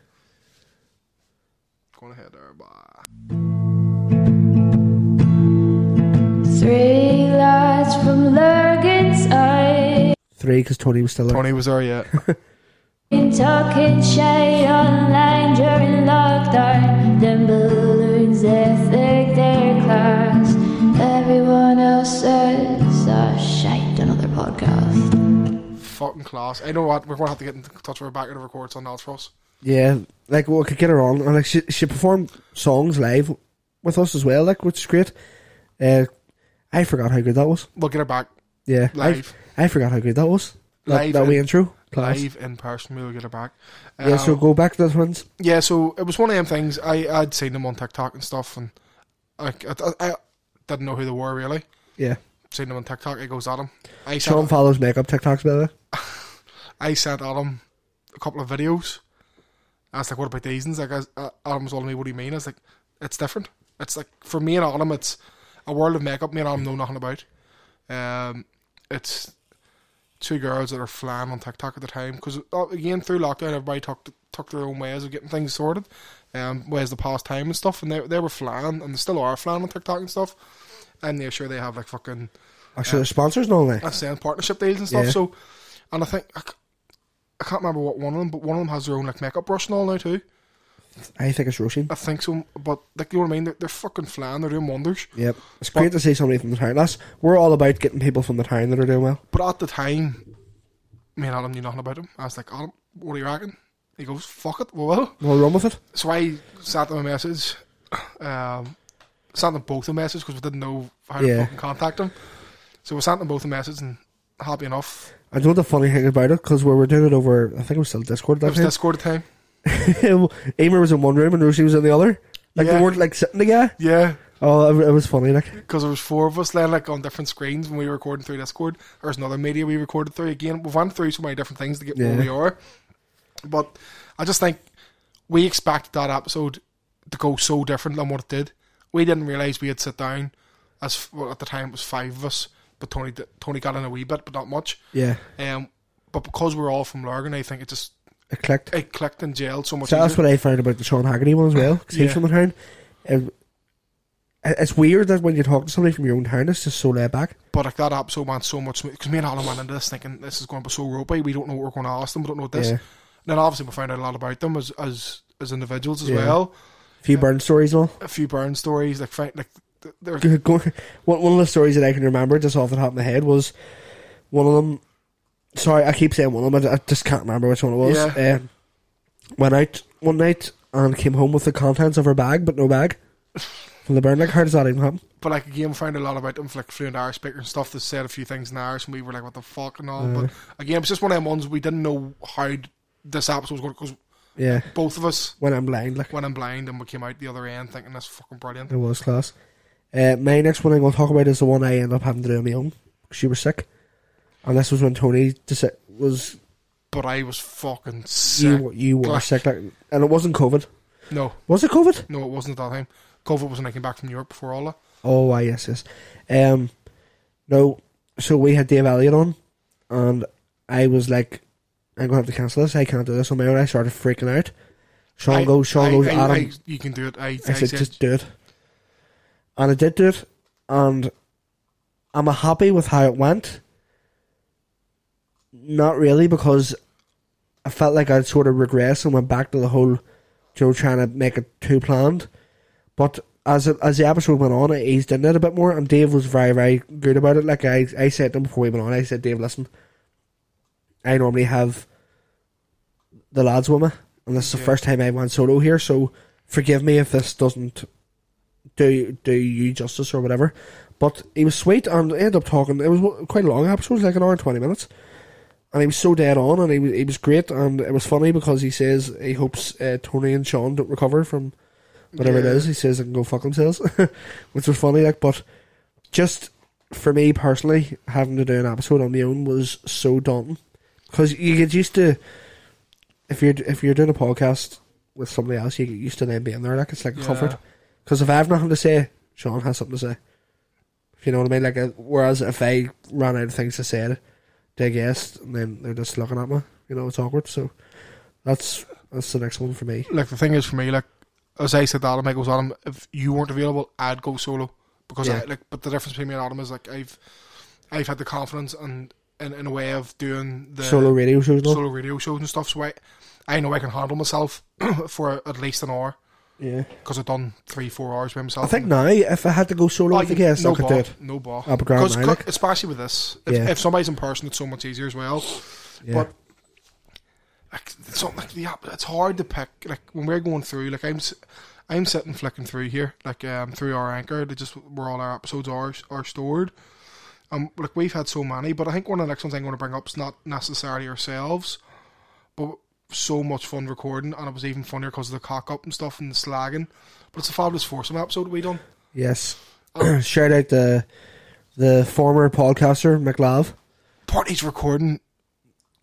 Going ahead there, bye. Three lights from Lurgan's eye. Three, because Tony was still there. Tony was there yet. Talking shade online during lockdown. Them balloons, they think they're class. Everyone else says, oh shite, another podcast. fucking class. I know what we're gonna have to get in touch with her back and record something else for us. Yeah, like we could get her on, and like she she performed songs live with us as well, like which is great. Uh, I forgot how good that was. We'll get her back Yeah, Live. I, I forgot how good that was. That, Live that in- wee intro. Class. live in person. We'll get her back. Um, Yeah, so go back to the twins. yeah, so it was one of them things. I I'd seen them on TikTok and stuff, and like I, I, I didn't know who they were really. Yeah, Seen them on TikTok. It goes at them. I Sean sent follows makeup TikToks better. I sent Adam a couple of videos. I was like, "What about these?" And he's like, I- uh, "Adam was all to me. What do you mean?" I was like, "It's different. It's like for me and Adam, it's a world of makeup. Me and Adam know nothing about. Um, it's two girls that are flying on TikTok at the time because again through lockdown, everybody took took their own ways of getting things sorted, um, ways to pass time and stuff. And they they were flying, and they still are flying on TikTok and stuff. And they're sure they have like fucking Actually, their sponsors and all that. I've seen partnership deals and stuff. Yeah. So, and I think I, c- I can't remember what one of them, but one of them has their own like makeup brush and all now too. I think it's Roisin. I think so, but like you know what I mean. They're, they're fucking flying. They're doing wonders. Yep, it's great to see somebody from the town. That's we're all about getting people from the town that are doing well. But at the time, me and Adam knew nothing about him. I was like, Adam, what do you reckon? He goes, fuck it, we will. We'll run with it. So I sent him a message. Um, sent them both a message because we didn't know how to Yeah. fucking contact him. So we sent them both a message and happy enough. I know the funny thing about it because we were doing it over. I think it was still Discord. That It was time. Discord at the time. Emer was in one room and Rosie was in the other. Like Yeah. they weren't like sitting together. Yeah. Oh, it, it was funny. Like because there was four of us then, like on different screens when we were recording through Discord. There was another media we recorded through. Again, we've run through so many different things to get where Yeah. we are. But I just think we expected that episode to go so different than what it did. We didn't realize we had sit down as f- well, at the time it was five of us, but Tony di- Tony got in a wee bit, but not much. yeah, Um, but because we're all from Lurgan, I think it just it clicked. it clicked and gelled so much. so that's easier. what I found about the Sean Haggerty one as well. 'cause Yeah. he's from the town. And it- it's weird that when you talk to somebody from your own town, it's just so laid back. But like that episode went so much because me and Alan went into this thinking this is going to be so ropey. We don't know what we're going to ask them. We don't know this. Yeah. And then obviously we found out a lot about them as as as individuals as Yeah. well. A few burn stories and all. A few burn stories like find, like th- there's Go- go- one one of the stories that I can remember just off the top of my head was one of them. Sorry, I keep saying one of them. I, I just can't remember which one it was. Yeah. Um, went out one night and came home with the contents of her bag, but no bag from the burn. Like, how does that even happen? but like again we found a lot about them like fluent Irish speaker and stuff. They said a few things in Irish and we were like what the fuck and all. But again it was just one of them ones we didn't know how this episode was going because Yeah, both of us when I'm blind, like went in blind and we came out the other end thinking that's fucking brilliant. it was class. Uh, my next one I'm going to talk about is the one I ended up having to do on my own. 'cause She was sick. And this was when Tony dis- was But I was fucking sick. you, you were Like- sick, like, and it wasn't COVID. No, Was it COVID? no, it wasn't at that time. COVID was when I came back from Europe before all that. Oh, why yes, yes. Um, no. So we had Dave Elliott on, and I was like, "I'm gonna have to cancel this. I can't do this on my own." I started freaking out. Sean I- goes, Sean I- goes, I- Adam. I- you can do it. I, I, I said, said, just do it. And I did do it, and I'm happy with how it went. Not really, because I felt like I'd sort of regressed and went back to the whole Joe trying to make it too planned. But as it, as the episode went on, I eased into it a bit more, and Dave was very, very good about it. Like I, I said to him before we went on, I said, Dave, listen, I normally have the lads with me, and this is the first time I went solo here, so forgive me if this doesn't do do you justice or whatever. But he was sweet and I ended up talking. It was quite a long episode, it was like an hour and twenty minutes, and he was so dead on, and he was he was great, and it was funny because he says he hopes uh, Tony and Sean don't recover from whatever it is. He says they can go fuck themselves, which was funny. Like, but just for me personally, having to do an episode on my own was so daunting because you get used to if you're if you're doing a podcast with somebody else, you get used to them being there. Like it's like a comfort. Yeah. Because if I have nothing to say, Sean has something to say. If you know what I mean. Like, uh, whereas if I ran out of things to say, they guessed, and then they're just looking at me. You know, it's awkward. So that's that's the next one for me. Like the thing is for me, like as I said, to Adam, I goes Adam. If you weren't available, I'd go solo because Yeah. I like. But the difference between me and Adam is like I've, I've had the confidence and in, in a way of doing the Solo radio shows, no? solo radio shows and stuff. So I, I know I can handle myself for at least an hour yeah. because I've done three, four hours by myself. I think now, if I had to go solo Well, with the Oh, you- guest, no I could bother, do it. No bar. I'll be grand Because now, cu- like. especially with this, if, Yeah. if somebody's in person, it's so much easier as well. But like, it's not like the app. It's hard to pick. Like when we're going through, like I'm, s- I'm sitting flicking through here, like um through our anchor. They just where all our episodes are are stored. Um, like we've had so many, but I think one of the next ones I'm going to bring up is not necessarily ourselves, but so much fun recording, and it was even funnier because of the cock up and stuff and the slagging. But it's a fabulous foursome episode we done. Yes. Oh. Shout out the the former podcaster McLav. But he's recording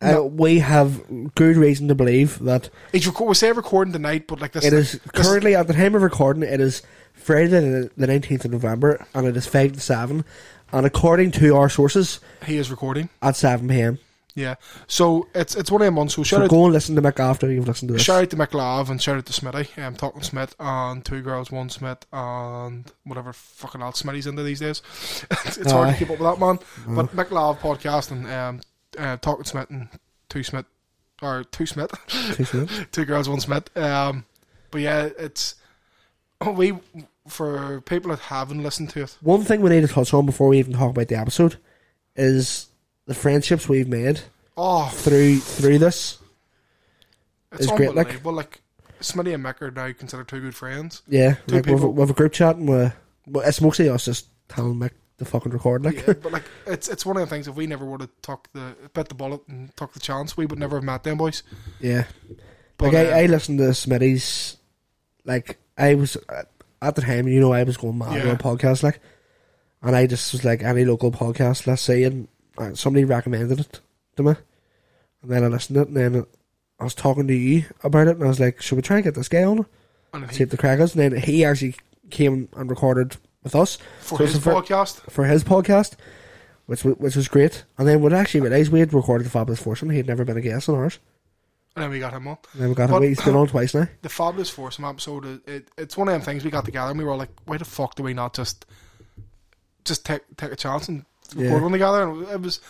Uh, We have good reason to believe that It's record. We say recording tonight, but like this, it is this- currently at the time of recording. It is Friday the- the nineteenth of November, and it is five to seven. And according to our sources, he is recording. at seven pm. Yeah, so it's it's one of them ones. So shout So out, go and listen to Mick after you've listened to this. shout out to McLav and shout out to Smitty. I'm talking Smith and two girls, one Smith and whatever fucking else Smitty's into these days. it's it's hard Aye. Mm. to keep up with that man. But McLav podcast and um, uh, talking Smith and two Smith or two Smith, Please, man. two girls, one Smith. Um, but yeah, it's we for people that haven't listened to it. One thing we need to touch on before we even talk about the episode is the friendships we've made Oh, through through this. It's, It's great, unbelievable. like, like- Smitty and Mick are now considered two good friends. Yeah, Two like we've, people. we've a group chat and we well, it's mostly us just telling Mick to fucking record. Like, Yeah, but like it's it's one of the things if we never would have took the bit the bullet and took the chance, we would never have met them boys. yeah. But like uh, I, I listened to Smitty's, like I was uh, at the time, you know, I was going mad Yeah. on podcasts, like, and I just was like any local podcast, let's say, and uh, somebody recommended it to me, and then I listened to it, and then I was talking to you about it, and I was like, should we try and get this guy on, and see he, if the crack is, and then he actually came and recorded with us for So it's his the fir- podcast, for his podcast, which wa- which was great. And then we actually realised we had recorded the Fabulous Foursome. He had never been a guest on ours. and then we got him on And then we got But- him. He's been on twice now. the fabulous foursome episode. It, it, it's one of them things we got together and we were all like, why the fuck do we not just just take take a chance and record Yeah. one together? And it was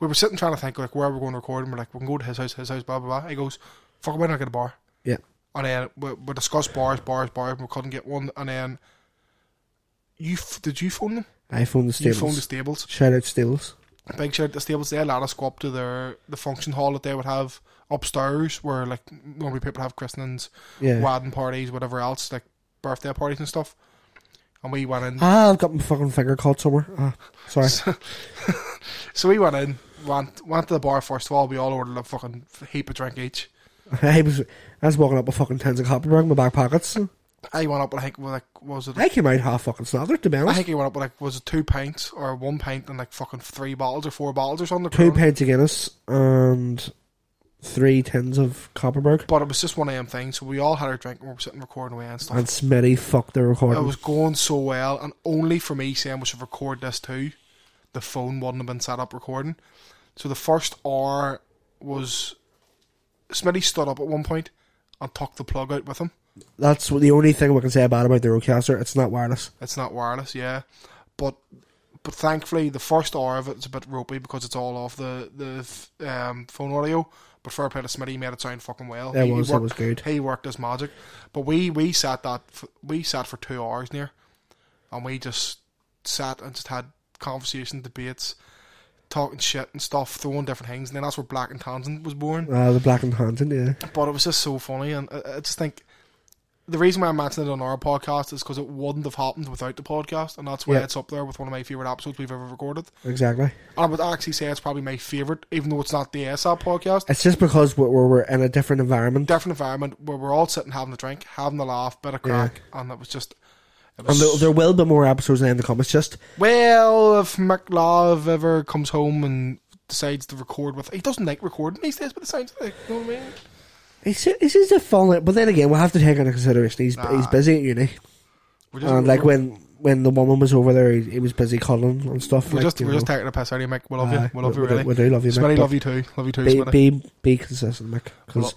we were sitting trying to think like where we're going to record, and we're like, we can go to his house, his house, blah blah blah. He goes, fuck, why not get a bar? Yeah, and then we, we discussed bars, bars, bars, and we couldn't get one. And then you f- did you phone them? iPhone the You stables. phoned the stables. Shout out Stables. Big shout out to stables. They allowed us go up to their the function hall that they would have upstairs, where like normally people have christenings, Yeah. wedding parties, whatever else, like birthday parties and stuff. And we went in. Ah, I've got my fucking finger caught somewhere. Ah, sorry. So we went in, went went to the bar first of all. We all ordered a fucking heap of drink each. I was I was walking up with fucking tens of copper bag in my back pockets. I went up, and I think, with like, was it? I came out half fucking slathered, to be I honest. think he went up with like was it two pints or one pint and like fucking three bottles or four bottles or something. Two pints of Guinness and three tins of Copperberg. But it was just one of them things. So we all had our drink and we were sitting recording away and stuff. And Smitty fucked the it recording. was going so well, and only for me saying we should record this too, the phone wouldn't have been set up recording. So the first hour was Smitty stood up at one point and tucked the plug out with him. That's the only thing we can say bad about the Rodecaster. It's not wireless. It's not wireless, yeah. But but thankfully, the first hour of it's a bit ropey because it's all off the the f- um, phone audio. But fair play to Smitty, he made it sound fucking well. It He- he was, it worked- was good. He worked his magic. But we we sat that f- we sat for two hours near, and we just sat and just had conversation, debates, talking shit and stuff, throwing different things. And then that's where Black and Townsend was born. Uh, the Black and Hanson, yeah. But it was just so funny, and I, I just think the reason why I mentioned it on our podcast is because it wouldn't have happened without the podcast, and that's why Yeah. it's up there with one of my favorite episodes we've ever recorded. Exactly. And I would actually say it's probably my favorite, even though it's not the ASAP podcast. It's just because we're, we're, we're in a different environment. Different environment where we're all sitting having a drink, having a laugh, bit of crack, and it was just. It And was, there, there will be more episodes in the comments. Just well, if McLaugh ever comes home and decides to record with, he doesn't like recording these days, but it sounds like you know what I mean. he's he's just a falling. But then again, we'll have to take into consideration he's he's busy at uni. We're just, And Uh, like when when the woman was over there, he, he was busy cuddling and stuff. we're like, just you we're just know. taking a piss out of you, Mick. We love you. Aye, We love we- you we do- really. we do love you, Mick, Smitty, but- love you too. Love you too, Smitty. be, be be consistent, Mick, because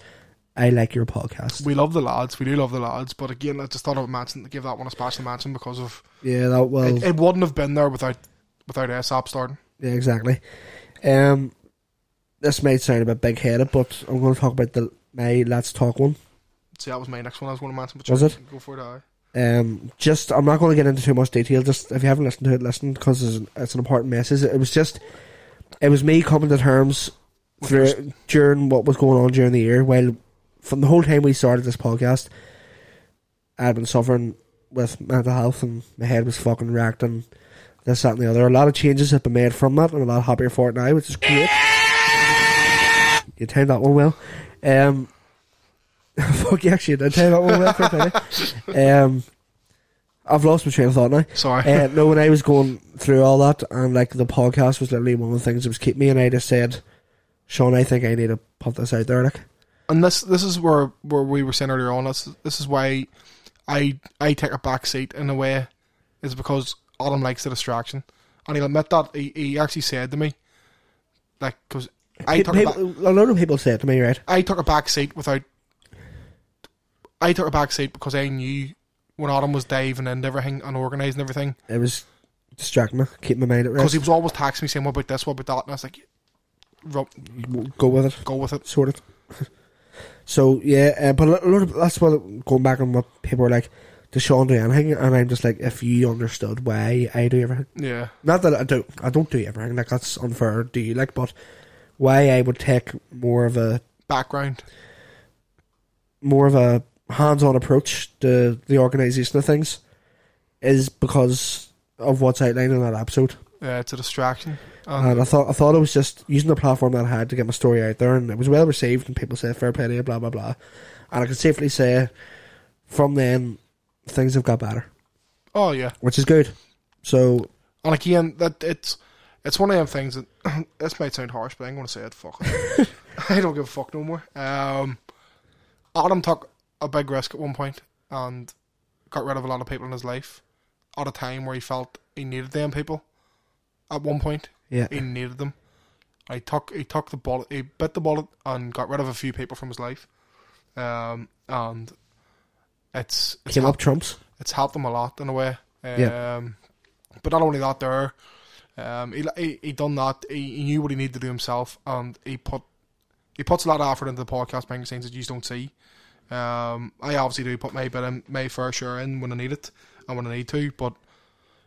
I like your podcast. We love the lads. We do love the lads. But again, I just thought I would mention, give that one a special mention because of yeah, that well, it, it wouldn't have been there without without ASAP starting. yeah, exactly. Um, this may sound a bit big headed, but I'm going to talk about the my let's talk one. See, that was my next one I was going to mention. But Was you it? can Go for it. aye. Um, just I'm not going to get into too much detail. Just if you haven't listened to it, listen because it's, an- it's an important message. It was just, it was me coming to terms through during what was going on during the year. While from the whole time we started this podcast, I'd been suffering with mental health and my head was fucking wrecked and this that and the other. A lot of changes have been made from that, and I'm a lot happier for it now, which is great. You timed that one well. Um, fuck, you actually did time that one well for a penny. Um, I've lost my train of thought now. Sorry. Uh, no, when I was going through all that, and like the podcast was literally one of the things that was keeping me, and I just said, Sean, I think I need to put this out there. Like, and this this is where where we were saying earlier on. This this is why I I take a back seat in a way, is because Adam likes the distraction, and he'll admit that he, he actually said to me, like because I took a back, people, a lot of people say it to me, right? I took a back seat without. I took a back seat because I knew when Adam was diving into everything and organising everything It was distracting me, keeping my mind at because rest. he was always texting me saying, "What about this? What about that?" And I was like, "Ru- Go with it. "Go with it." sorted. so yeah, uh, but a lot of that's what going back on what people are like. Does Sean do anything? And I'm just like, if you understood why I do everything, Yeah, not that I do, I don't do everything. Like that's unfair. Do you like? But why I would take more of a background. more of a hands-on approach to the organisation of things is because of what's outlined in that episode. Yeah, it's a uh, distraction. And And I thought I thought it was just using the platform that I had to get my story out there, and it was well received, and people said fair play to you, blah blah blah. And I can safely say, from then, things have got better, oh yeah, which is good. So and again, that it's it's one of them things that this might sound harsh, but I'm going to say it. Fuck, it. I don't give a fuck no more. Um, Adam took a big risk at one point and got rid of a lot of people in his life at a time where he felt he needed them people. At one point, yeah, he needed them. I took he took the bullet, he bit the bullet, and got rid of a few people from his life. Um, and it's it's, came up helped, trumps. it's helped him a lot in a way. Um, Yeah. but not only that, there, um, he, he he done that. He, he knew what he needed to do himself, and he put he puts a lot of effort into the podcast behind the scenes that you just don't see. Um, I obviously do put my bit in, my fair share in when I need it and when I need to, but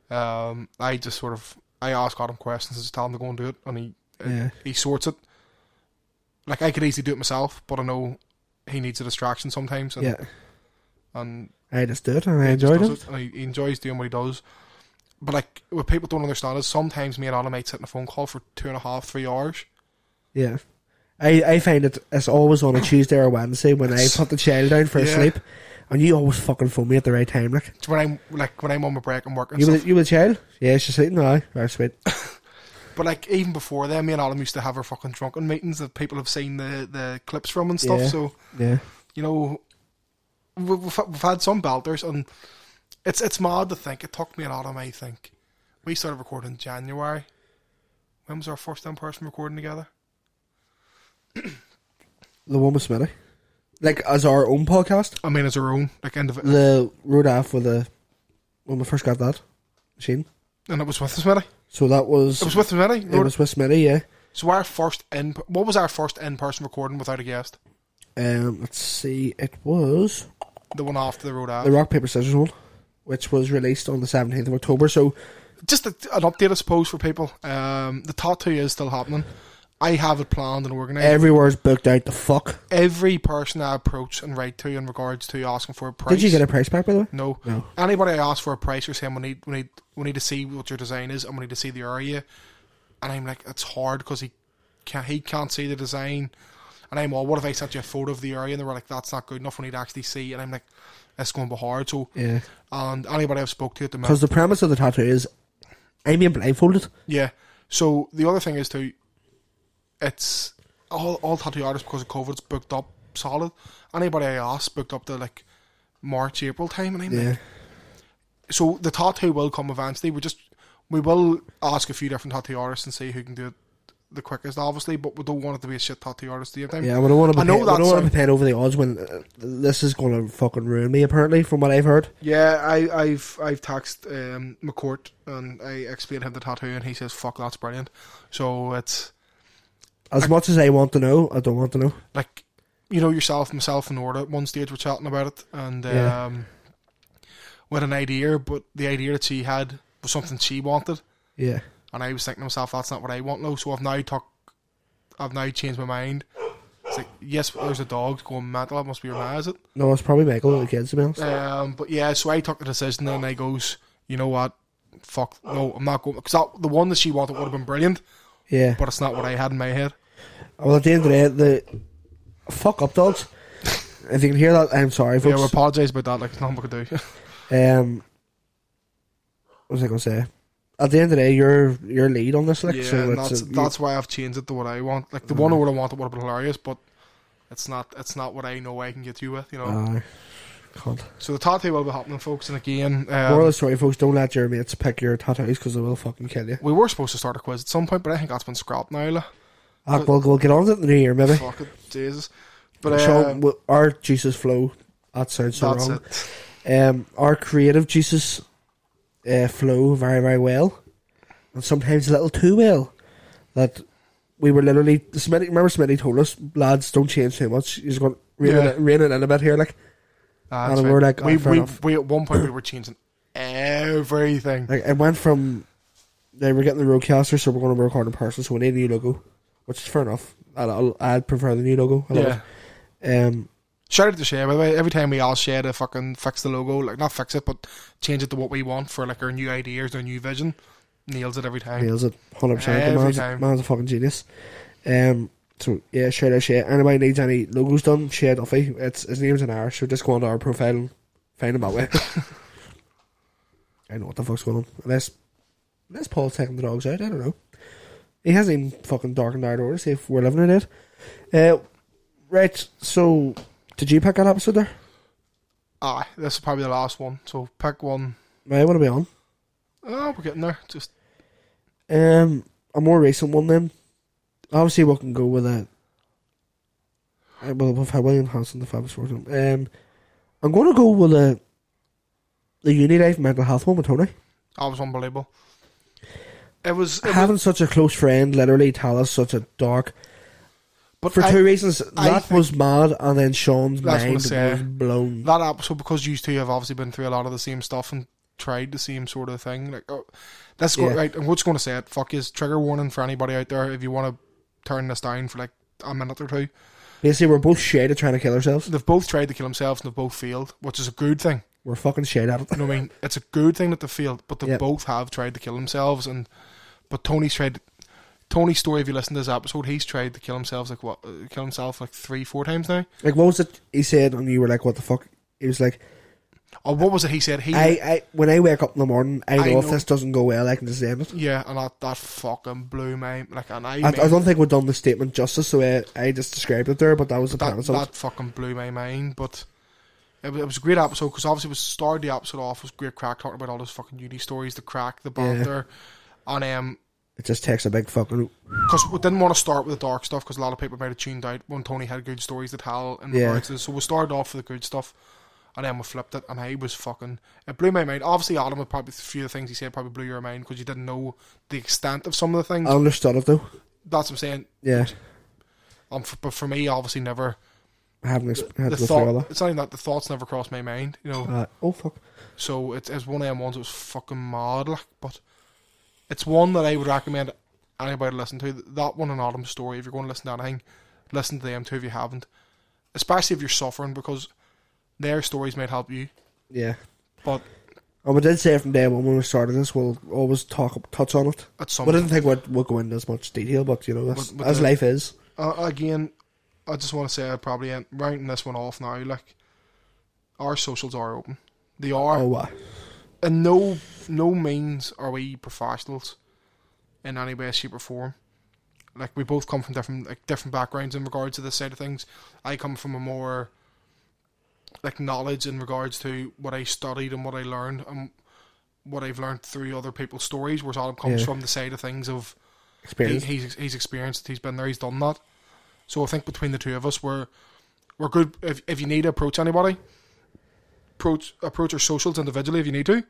um, I just sort of I ask Adam questions and just tell him to go and do it, and he Yeah. he sorts it. Like I could easily do it myself, but I know he needs a distraction sometimes, and Yeah, and I just did, and I he just enjoyed does it. and he, he enjoys doing what he does. But like what people don't understand is sometimes me and Adam might sit on a phone call for two and a half, three hours. Yeah, I, I find it it's always on a Tuesday or Wednesday when I put the child down for Yeah. sleep, and you always fucking phone me at the right time. Like It's when I'm like when I'm on my break and working. you with you with a child? Yeah, she's sleeping now. Right, sweet. But like even before then, me and Alan used to have our fucking drunken meetings that people have seen the, the clips from and stuff. Yeah. So Yeah, you know, we- we've, we've had some belters, and it's it's mad to think it took me an autumn. I think we started recording in January. When was our first in person recording together? the one with Smitty, like as our own podcast, I mean, as our own like end of it, the road off with the when we first got that machine. and it was with us, Smitty. So that was It was with Smitty. it was with Smitty. Yeah. So our first in what was our first in person recording without a guest? Um, let's see. It was The one after the road out. the rock paper scissors one, which was released on the seventeenth of October. So just a, an update, I suppose, for people. Um, the tattoo is still happening. I have it planned and organised. Every, everywhere's booked out. The fuck. person I approach and write to in regards to asking for a price. Did you get a price pack by the way? No. No. Anybody I ask for a price, you're saying we need, we need, we need to see what your design is and we need to see the area. And I'm like, it's hard because he can't, he can't see the design. And I'm all, what if I sent you a photo of the area? And they were like, that's not good enough. We need to actually see. And I'm like, that's going to be hard. So, Yeah. and anybody I've spoke to at the minute, Because the premise of the tattoo is I'm being blindfolded. Yeah. So the other thing is too, it's all all tattoo artists because of COVID. It's booked up solid. Anybody I asked booked up to like March, April time, and I'm like, so the tattoo will come eventually. We just we will ask a few different tattoo artists and see who can do it the quickest, obviously. But we don't want it to be a shit tattoo artist at the same time. Yeah, we don't want to I be, know paying, we that don't want to sound- be paying over the odds when uh, this is going to fucking ruin me, apparently, from what I've heard. Yeah, I, I've I've taxed um, McCourt and I explained him the tattoo, and he says, "Fuck, that's brilliant." So it's As much as I want to know, I don't want to know. like you know yourself, myself, and Orda at one stage were chatting about it, and um, Yeah. we had an idea, but the idea that she had was something she wanted, Yeah. and I was thinking to myself, that's not what I want. No, so I've now took, I've now changed my mind. It's like yes, but there's a dog going mental. That must be your man, is it? No, it's probably Michael and the kids, to be honest. Um, but yeah, so I took the decision, and I goes, you know what, fuck, no, I'm not going because the one that she wanted would have been brilliant, Yeah. but it's not what I had in my head. Well, at the end of the day, the fuck up dogs. if you can hear that, I'm sorry, Yeah, we folks. apologise about that. Like, there's nothing we could do. um, what was I going to say? At the end of the day, you're your lead on this, like, Yeah, so and it's that's Mm. a- you- that's why I've changed it to what I want. Like the one I would have wanted would have been hilarious, but it's not. It's not what I know I can get you with. You know. Aye. Ah, can't. so the tattoo will be happening, folks. And again, Moral of um, the story, folks, don't let your mates pick your tattoos because they will fucking kill you. we were supposed to start a quiz at some point, but I think that's been scrapped now. lah. Ah, we'll, we'll get on to it in the new year, maybe. Fuck it, Jesus. But Sean, um, w our juices flow. That sounds so that's wrong. it. Um, our creative juices uh, flow very, very well, and sometimes a little too well. That we were literally. Smitty, remember, Smitty told us, lads, don't change too much. He's going to rein, Yeah. it, rein it in a bit here, like. Ah, And that's we're fine. like, ah, we fair we, enough. we at one point we were changing everything. Like it went from they were getting the roadcaster, so we're going to record in person, so we need a new logo, which is fair enough. I'd, I'll- I'd prefer the new logo. I Yeah. love it. Um, Shout out to Shea, by the way. Every time we ask Shea to fucking fix the logo, like not fix it, but change it to what we want for like our new ideas, our new vision, nails it every time. nails it hundred percent. Every The man's, time. man's a fucking genius. Um, so yeah, shout out Shea. Anybody needs any logos done? Shea Duffy. It's his name's an Irish, so just go onto our profile and find him that way. I know what the fuck's going on. Unless, unless Paul's taking the dogs out, I don't know. He hasn't even fucking darkened our doors if we're living in it. Uh, right. So, did you pick an episode there? Ah, this is probably the last one. So pick one. May want to be on. Oh, we're getting there. Just Um, a more recent one then. Obviously, we can go with a. uh, Well, we've had William Hanson, the Fabulous Fortune. Um, I'm going to go with a. The uni life mental health one with Tony. that was unbelievable. It was, it was Having such a close friend literally tell us such a dark. but For I- two reasons, I that was mad, and then Sean's That's what I mind was say. blown. that episode because you two have obviously been through a lot of the same stuff and tried the same sort of thing. Like, oh, that's go- Yeah. right. I'm just going to say it. Fuck is trigger warning for anybody out there if you want to turn this down for like a minute or two. Basically, we're both shit at trying to kill ourselves. They've both tried to kill themselves and they've both failed, which is a good thing. We're fucking shit at it. You know what I mean? It's a good thing that they failed, but they Yep. both have tried to kill themselves. And but Tony's tried. Tony's story, if you listen to this episode, he's tried to kill himself like what, uh, kill himself like three, four times now. Like, what was it he said? And you were like, what the fuck? He was like, Or what was it he said? He, I, I when I wake up in the morning, I know, I if know. this doesn't go well, I can just end it. yeah, and that, that fucking blew my like, and I, I, I mean- don't think we've done the statement justice the way I just described it there, but that was the that, premise of it. that fucking blew my mind. But it was, it was a great episode because obviously we started the episode off with great crack talking about all those fucking uni stories, the crack, the banter, and um, It just takes a big fucking. because we didn't want to start with the dark stuff because a lot of people might have tuned out when Tony had good stories to tell in Yeah. regards to this. So we started off with the good stuff. And then we flipped it, and he was fucking. It blew my mind. Obviously, Adam had probably a few of the things he said probably blew your mind because you didn't know the extent of some of the things. I understood it though. That's what I'm saying. Yeah, Um, f but for me, obviously, never I haven't ex- had the to go through all thought. that. It's not even that the thoughts never crossed my mind. You know, Uh, oh fuck! So it's, it's one of them ones that was fucking mad, like, but it's one that I would recommend anybody to listen to. That one and Autumn Story, if you're going to listen to anything, listen to them too if you haven't. Especially if you're suffering, because their stories might help you. Yeah, But and we did say from day one when we started this, we'll always talk touch on it. at some We didn't think we'd, we'd go into as much detail, but you know, that's, But- but as the- life is. uh, again, I just want to say I'd probably end rounding this one off now. Like, our socials are open. They are. Oh wow! in no no means are we professionals in any way, shape, or form. Like we both come from different like different backgrounds in regards to this side of things. I come from a more like knowledge in regards to what I studied and what I learned and what I've learned through other people's stories. Whereas Adam comes Yeah. from the side of things of he, Experience. he's he's experienced, he's been there, he's done that. So I think between the two of us, we're we're good. If if you need to approach anybody, approach approach our socials individually if you need to.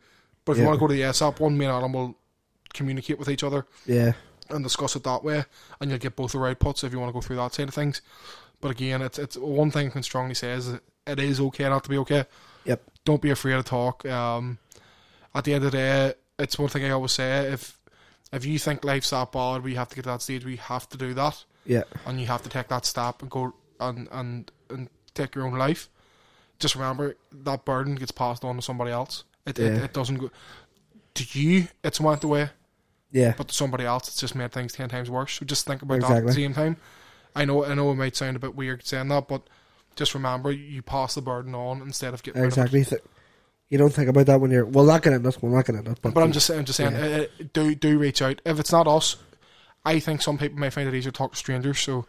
But if you Yeah. want to go to the SAP one, me and Adam will communicate with each other yeah, and discuss it that way, and you'll get both the right puts if you want to go through that side of things. But again, it's it's one thing I can strongly say is it is okay not to be okay yep. don't be afraid to talk. Um, at the end of the day, it's one thing I always say: if if you think life's that bad, we have to get to that stage. We have to do that, Yeah, and you have to take that step and go and and and take your own life. Just remember that burden gets passed on to somebody else. It it, Yeah. it doesn't go to you. It's went away, yeah, but to somebody else, it's just made things ten times worse. So just think about that at the Exactly. same time. I know I know it might sound a bit weird saying that, but just remember you pass the burden on instead of getting rid of it. exactly. Th- you don't think about that when you're. Well, not gonna end it. We're not gonna end it. But, But I'm just, I'm just saying, uh, uh, do do reach out. If it's not us, I think some people may find it easier to talk to strangers. So,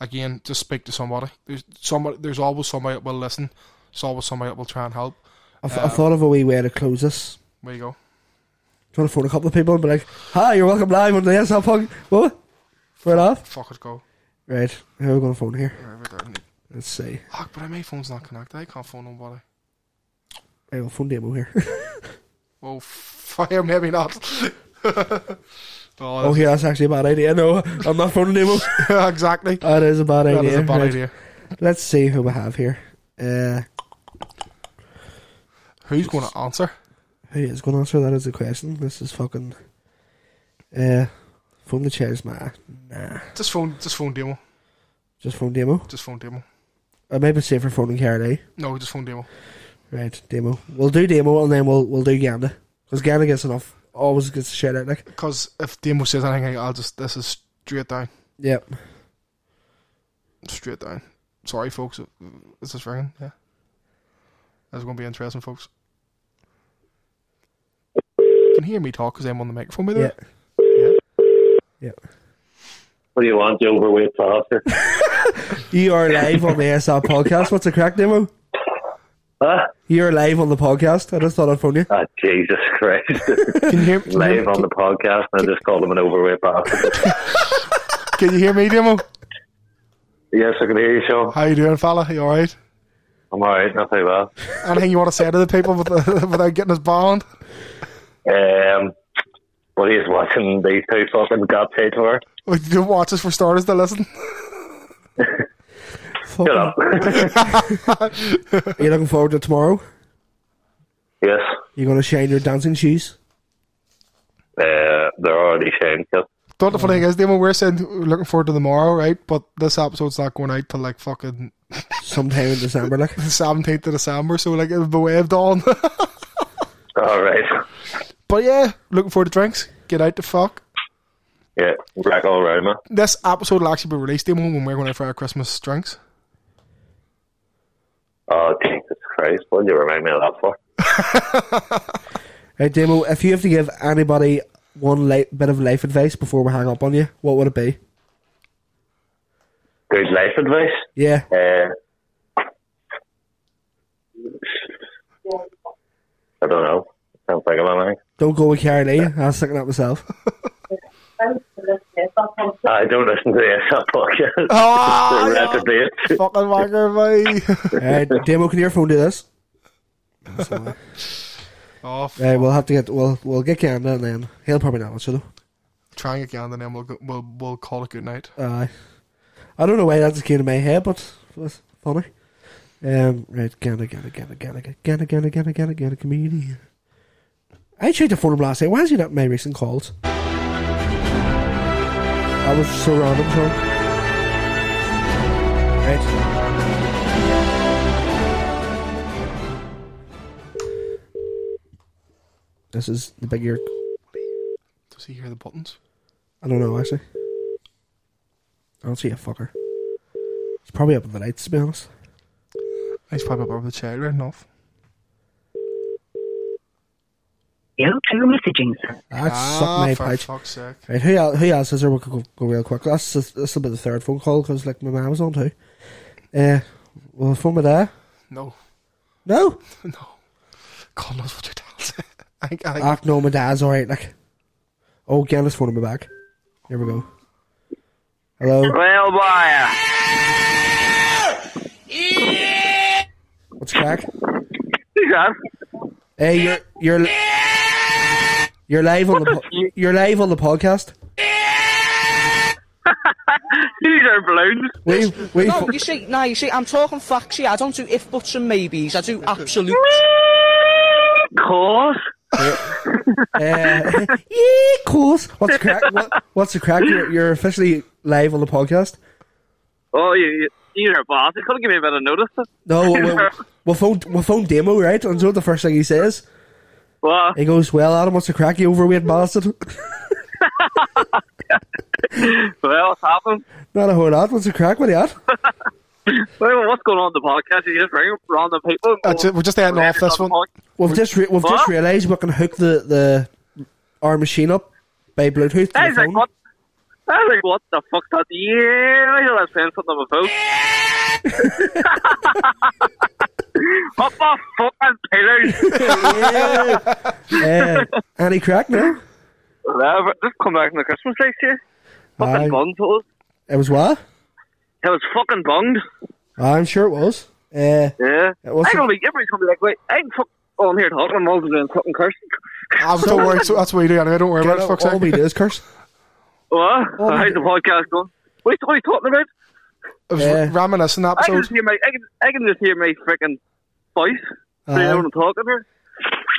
again, just speak to somebody. There's somebody. There's always somebody that will listen. There's always somebody that will try and help. I, th- I thought of a wee way to close this. There you go. Do you want to phone a couple of people and be like, "Hi, you're welcome live on the SL Pug." What? For it off. Fuck it, go. Right. How are we going to phone here? Right, we're down. Let's see. Fuck, but my phone's not connected. I can't phone nobody. I will phone demo here. Oh, fire, maybe not. oh, oh, here that's actually a bad idea. No, I'm not phoning demo. exactly. that is a bad That idea. is a bad Oh, Right. idea. Let's see who we have here. Uh, Who's going to answer? who is going to answer that as a question? This is fucking. Uh, phone the chairs, man. Nah, Just phone. Just phone demo. just phone demo. Just phone demo. I might be safer phoning Caroline. No, just phone demo. Right, demo. We'll do demo and then we'll we'll do Ganda because Ganda gets enough. Always gets a shout out. Like, Because if demo says anything, I'll just. This is straight down. yep. straight down. Sorry, folks. Is this ringing? Yeah. That's going to be interesting, folks. Can you hear me talk because I'm on the microphone with Yeah. it? Yeah. What do you want, you overweight bastard? You are live on the SR podcast. What's the crack demo? ah, You're live on the podcast. I just thought I'd phone you. ah, Jesus Christ. Can you hear me? Can, you hear Live me? on the podcast, and I just called him an overweight bastard. Can you hear me, Demo? yes, I can hear you, Sean. How you doing, fella? You all right? I'm alright, not too bad. Anything you want to say to the people with without getting us banned? Um, but he's watching these two fucking godheads work. Or you don't watch us for starters to listen. Shut up. Are you looking forward to tomorrow? yes, You're gonna shine your dancing shoes. uh, they're already shamed. Yes. Don't the funny thing is, Demo, we're saying we're looking forward to tomorrow, right? But this episode's not going out till like fucking Sometime in December, like. the 17th of December, so like it'll be waved on. All right. but yeah, looking forward to drinks. Get out the fuck. Yeah, wreck all around me. This episode will actually be released, Damon, when we're going out for our Christmas drinks. Oh, Jesus Christ, what did you remind me of that for? Right, Demo, if you have to give anybody one li- bit of life advice before we hang up on you, what would it be? Good life advice. Yeah, Uh, I don't know. Can't think of anything. don't go with Carrie Lee. I was thinking that myself. I don't listen to the SR podcast. Oh, Ah, We're at yeah. debate. Fucking wanker, boy. Alright, Demo, can your phone do this? oh, f- Right, we'll have to get we'll we'll get Canada and then he'll probably not answer though. trying again, and then we'll, go, we'll, we'll call it good night. Aye. I don't know why that just came to my head, but that's funny. Um, right, Canada, Canada, Canada, Canada, Canada, Canada, Canada, Canada, Canada, comedian. I tried to phone him last night. Why is he not in my recent calls? I was so random, so. Right. This is the big year. Does he hear the buttons? I don't know, actually. I don't see a fucker. He's probably up in the lights, to be honest. He's probably up over the chair right enough. two messaging. That's suck my Ah, for pouch. fuck's sake. Right, who, el- who else is there? We could go, go real quick. That's just- that's about the third phone call because like my mum was on too. Uh, well, phone with that. No, No, no. God knows what your dad's. I think, I think ah, no, my dad's all right. Like, oh, again, let's phone him back. Here we go. Hello, Well, boy. what's crack? Who's that? Hey, you're you're you're live on the po- you're live on the podcast. Who's our balloons? We we No, you see, no, you see, I'm talking facts here. I don't do if buts and maybes. I do absolute. Of course. uh, yeah, of course. What's the crack? What, what's the crack? You're, you're officially live on the podcast. Oh, you, you, you're a boss. You could have given me a bit of notice. No, we'll, we'll, we'll phone we'll phone demo right. And so the first thing he says, Well, he goes, "Well, Adam, what's the crack? You overweight bastard." well, what's happened? Not a whole lot. What's the crack? What are you at? Well, what's going on in the podcast? Are you just ringing random people? That's it. Ah, We're just ending off this one. We've just re- we've just What? realised we can hook the, the our machine up by Bluetooth to the I was like, phone. what? I was like, what the fuck's that? Yeah, I was saying something on my phone. what the fucking pillars? Yeah. Uh, any crack? No. Whatever. Just come back from the Christmas lights here. Fucking Aye. bunged, it was. It was what? It was fucking bunged. I'm sure it was. Uh, Yeah. It wasn't- I don't think everybody's going to be like, wait, I'm fuck on here talking, I'm also doing fucking cursing. I'm Ah, don't worry. So that's what you do anyway. Don't worry about it. Fuck's all we sake. do is curse. What? Oh, my How's the podcast going? What are you talking about? It was Yeah. reminiscent I can just episode. hear my, I can, I can just hear my freaking voice. Do you Aye. Uh-huh. know what I'm talking here?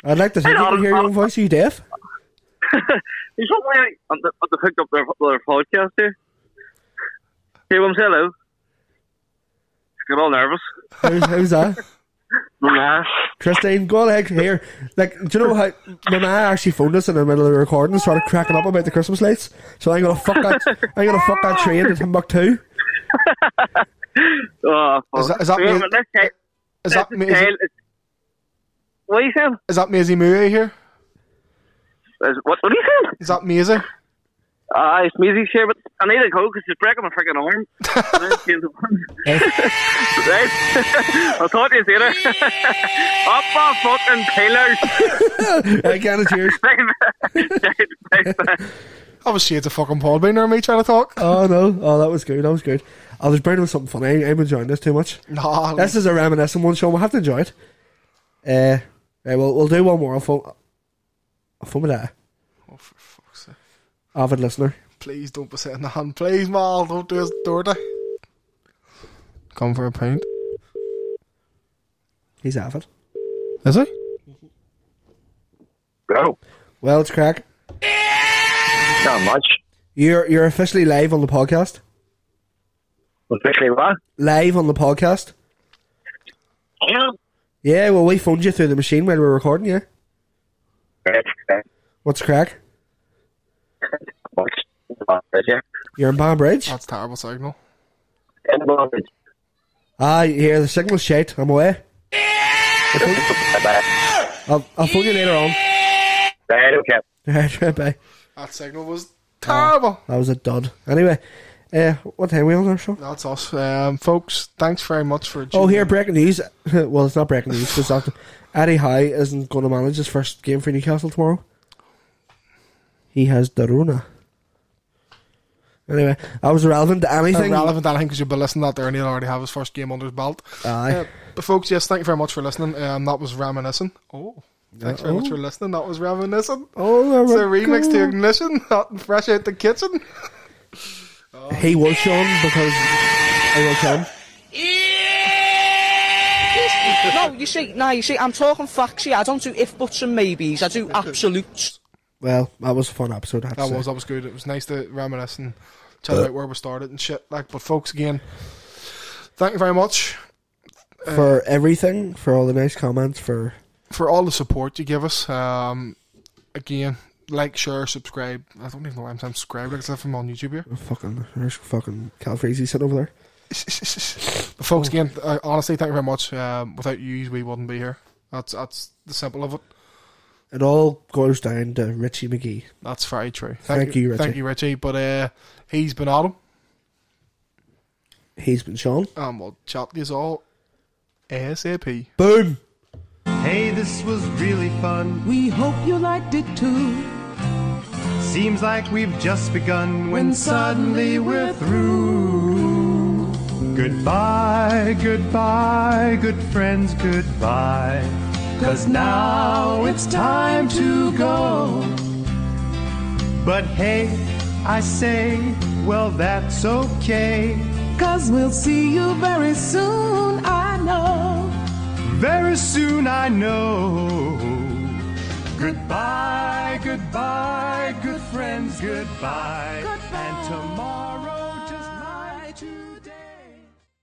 I'd like to think you Adam, can hear your own voice. Are you deaf? He's not really on the, on the hook up their, their podcast here. Hey, I'm hello. Get all nervous. Who's, who's that? Nah. Christine, go on ahead here. Like, do you know how my ma actually phoned us in the middle of the recording and started cracking up about the Christmas lights? So I'm gonna fuck that. I'm gonna fuck that train to Timbuktu. Oh, fuck. Is that- is that Wait a me- minute, let's check- Is that, let's Ma- is, tell- What are you saying? is that Maisie Moody here? Is, what, what are you saying? Is that Maisie? Ah, it's music share, but I need a go because she's breaking my freaking arm. right? I'll talk to you later. Up my fucking pillars. I can't cheers. That was shades of fucking Paul being there, me trying to talk. Oh no! Oh, that was good. That was good. I was burning with something funny. I'm enjoying this too much. Nah, This is a reminiscent one, so we'll have to enjoy it. Uh, right, we'll we'll do one more. I'll phone. I'll phone with that oh, for fuck's sake. avid listener. Please don't be setting the hand. Please, Mal, don't do us dirty. Come for a pint. He's avid. Is he? Go. Well, it's crack. Not much. You're you're officially live on the podcast. Especially what? Live on the podcast. Yeah. Yeah. Well, we phoned you through the machine while we were recording. Yeah. Right. What's crack? uh, What's uh, Bambridge. Yeah. You're in Banbridge? That's terrible signal. In Bambridge. Ah, yeah, the signal's shit. I'm away. I'll, I'll phone you later on. I don't care. Right, right, bye. That signal was terrible. That was a dud. Anyway, uh, what time are we on our show? That's us, um, folks. Thanks very much for. Oh, tuning here, in. breaking news. well, it's not breaking news because Eddie Howe isn't going to manage his first game for Newcastle tomorrow. He has Daruna. Anyway, that was irrelevant to anything. Irrelevant, I think, because you've been listening to that there, and he'll already have his first game under his belt. Aye. Uh, but folks, yes, thank you very much for listening. Um, that was reminiscent. Oh, thanks very much for listening. That was reminiscent. oh, It's a there we remix go. to ignition, hot and fresh out the kitchen. He was Sean because I will come. No, you see, now you see, I'm talking facts here. I don't do if buts and maybes. I do absolutes. Well, that was a fun episode. I have to That say. was that was good. It was nice to reminisce and chat about where we started and shit. Like, but folks, again, thank you very much uh, for everything, for all the nice comments, for for all the support you give us. Um, again, like, share, subscribe. I don't even know why I'm saying subscribe like if I'm on YouTube here. fucking there's fucking Calfreezy sitting over there. But folks, again, uh, honestly, thank you very much. Um, without you, we wouldn't be here. That's that's the simple of it. It all goes down to Richie McGee. That's very true. Thank you, thank Richie. you, Richie. But uh, he's been Adam, He's been Sean. and we'll chat to you all asap. Boom. Hey, this was really fun. We hope you liked it too. Seems like we've just begun when suddenly we're through. Goodbye, goodbye, good friends, goodbye. Cause now it's time to go. But hey, I say, well, that's okay. Cause we'll see you very soon, I know. Very soon I know. Goodbye, goodbye, good friends, goodbye. And tomorrow.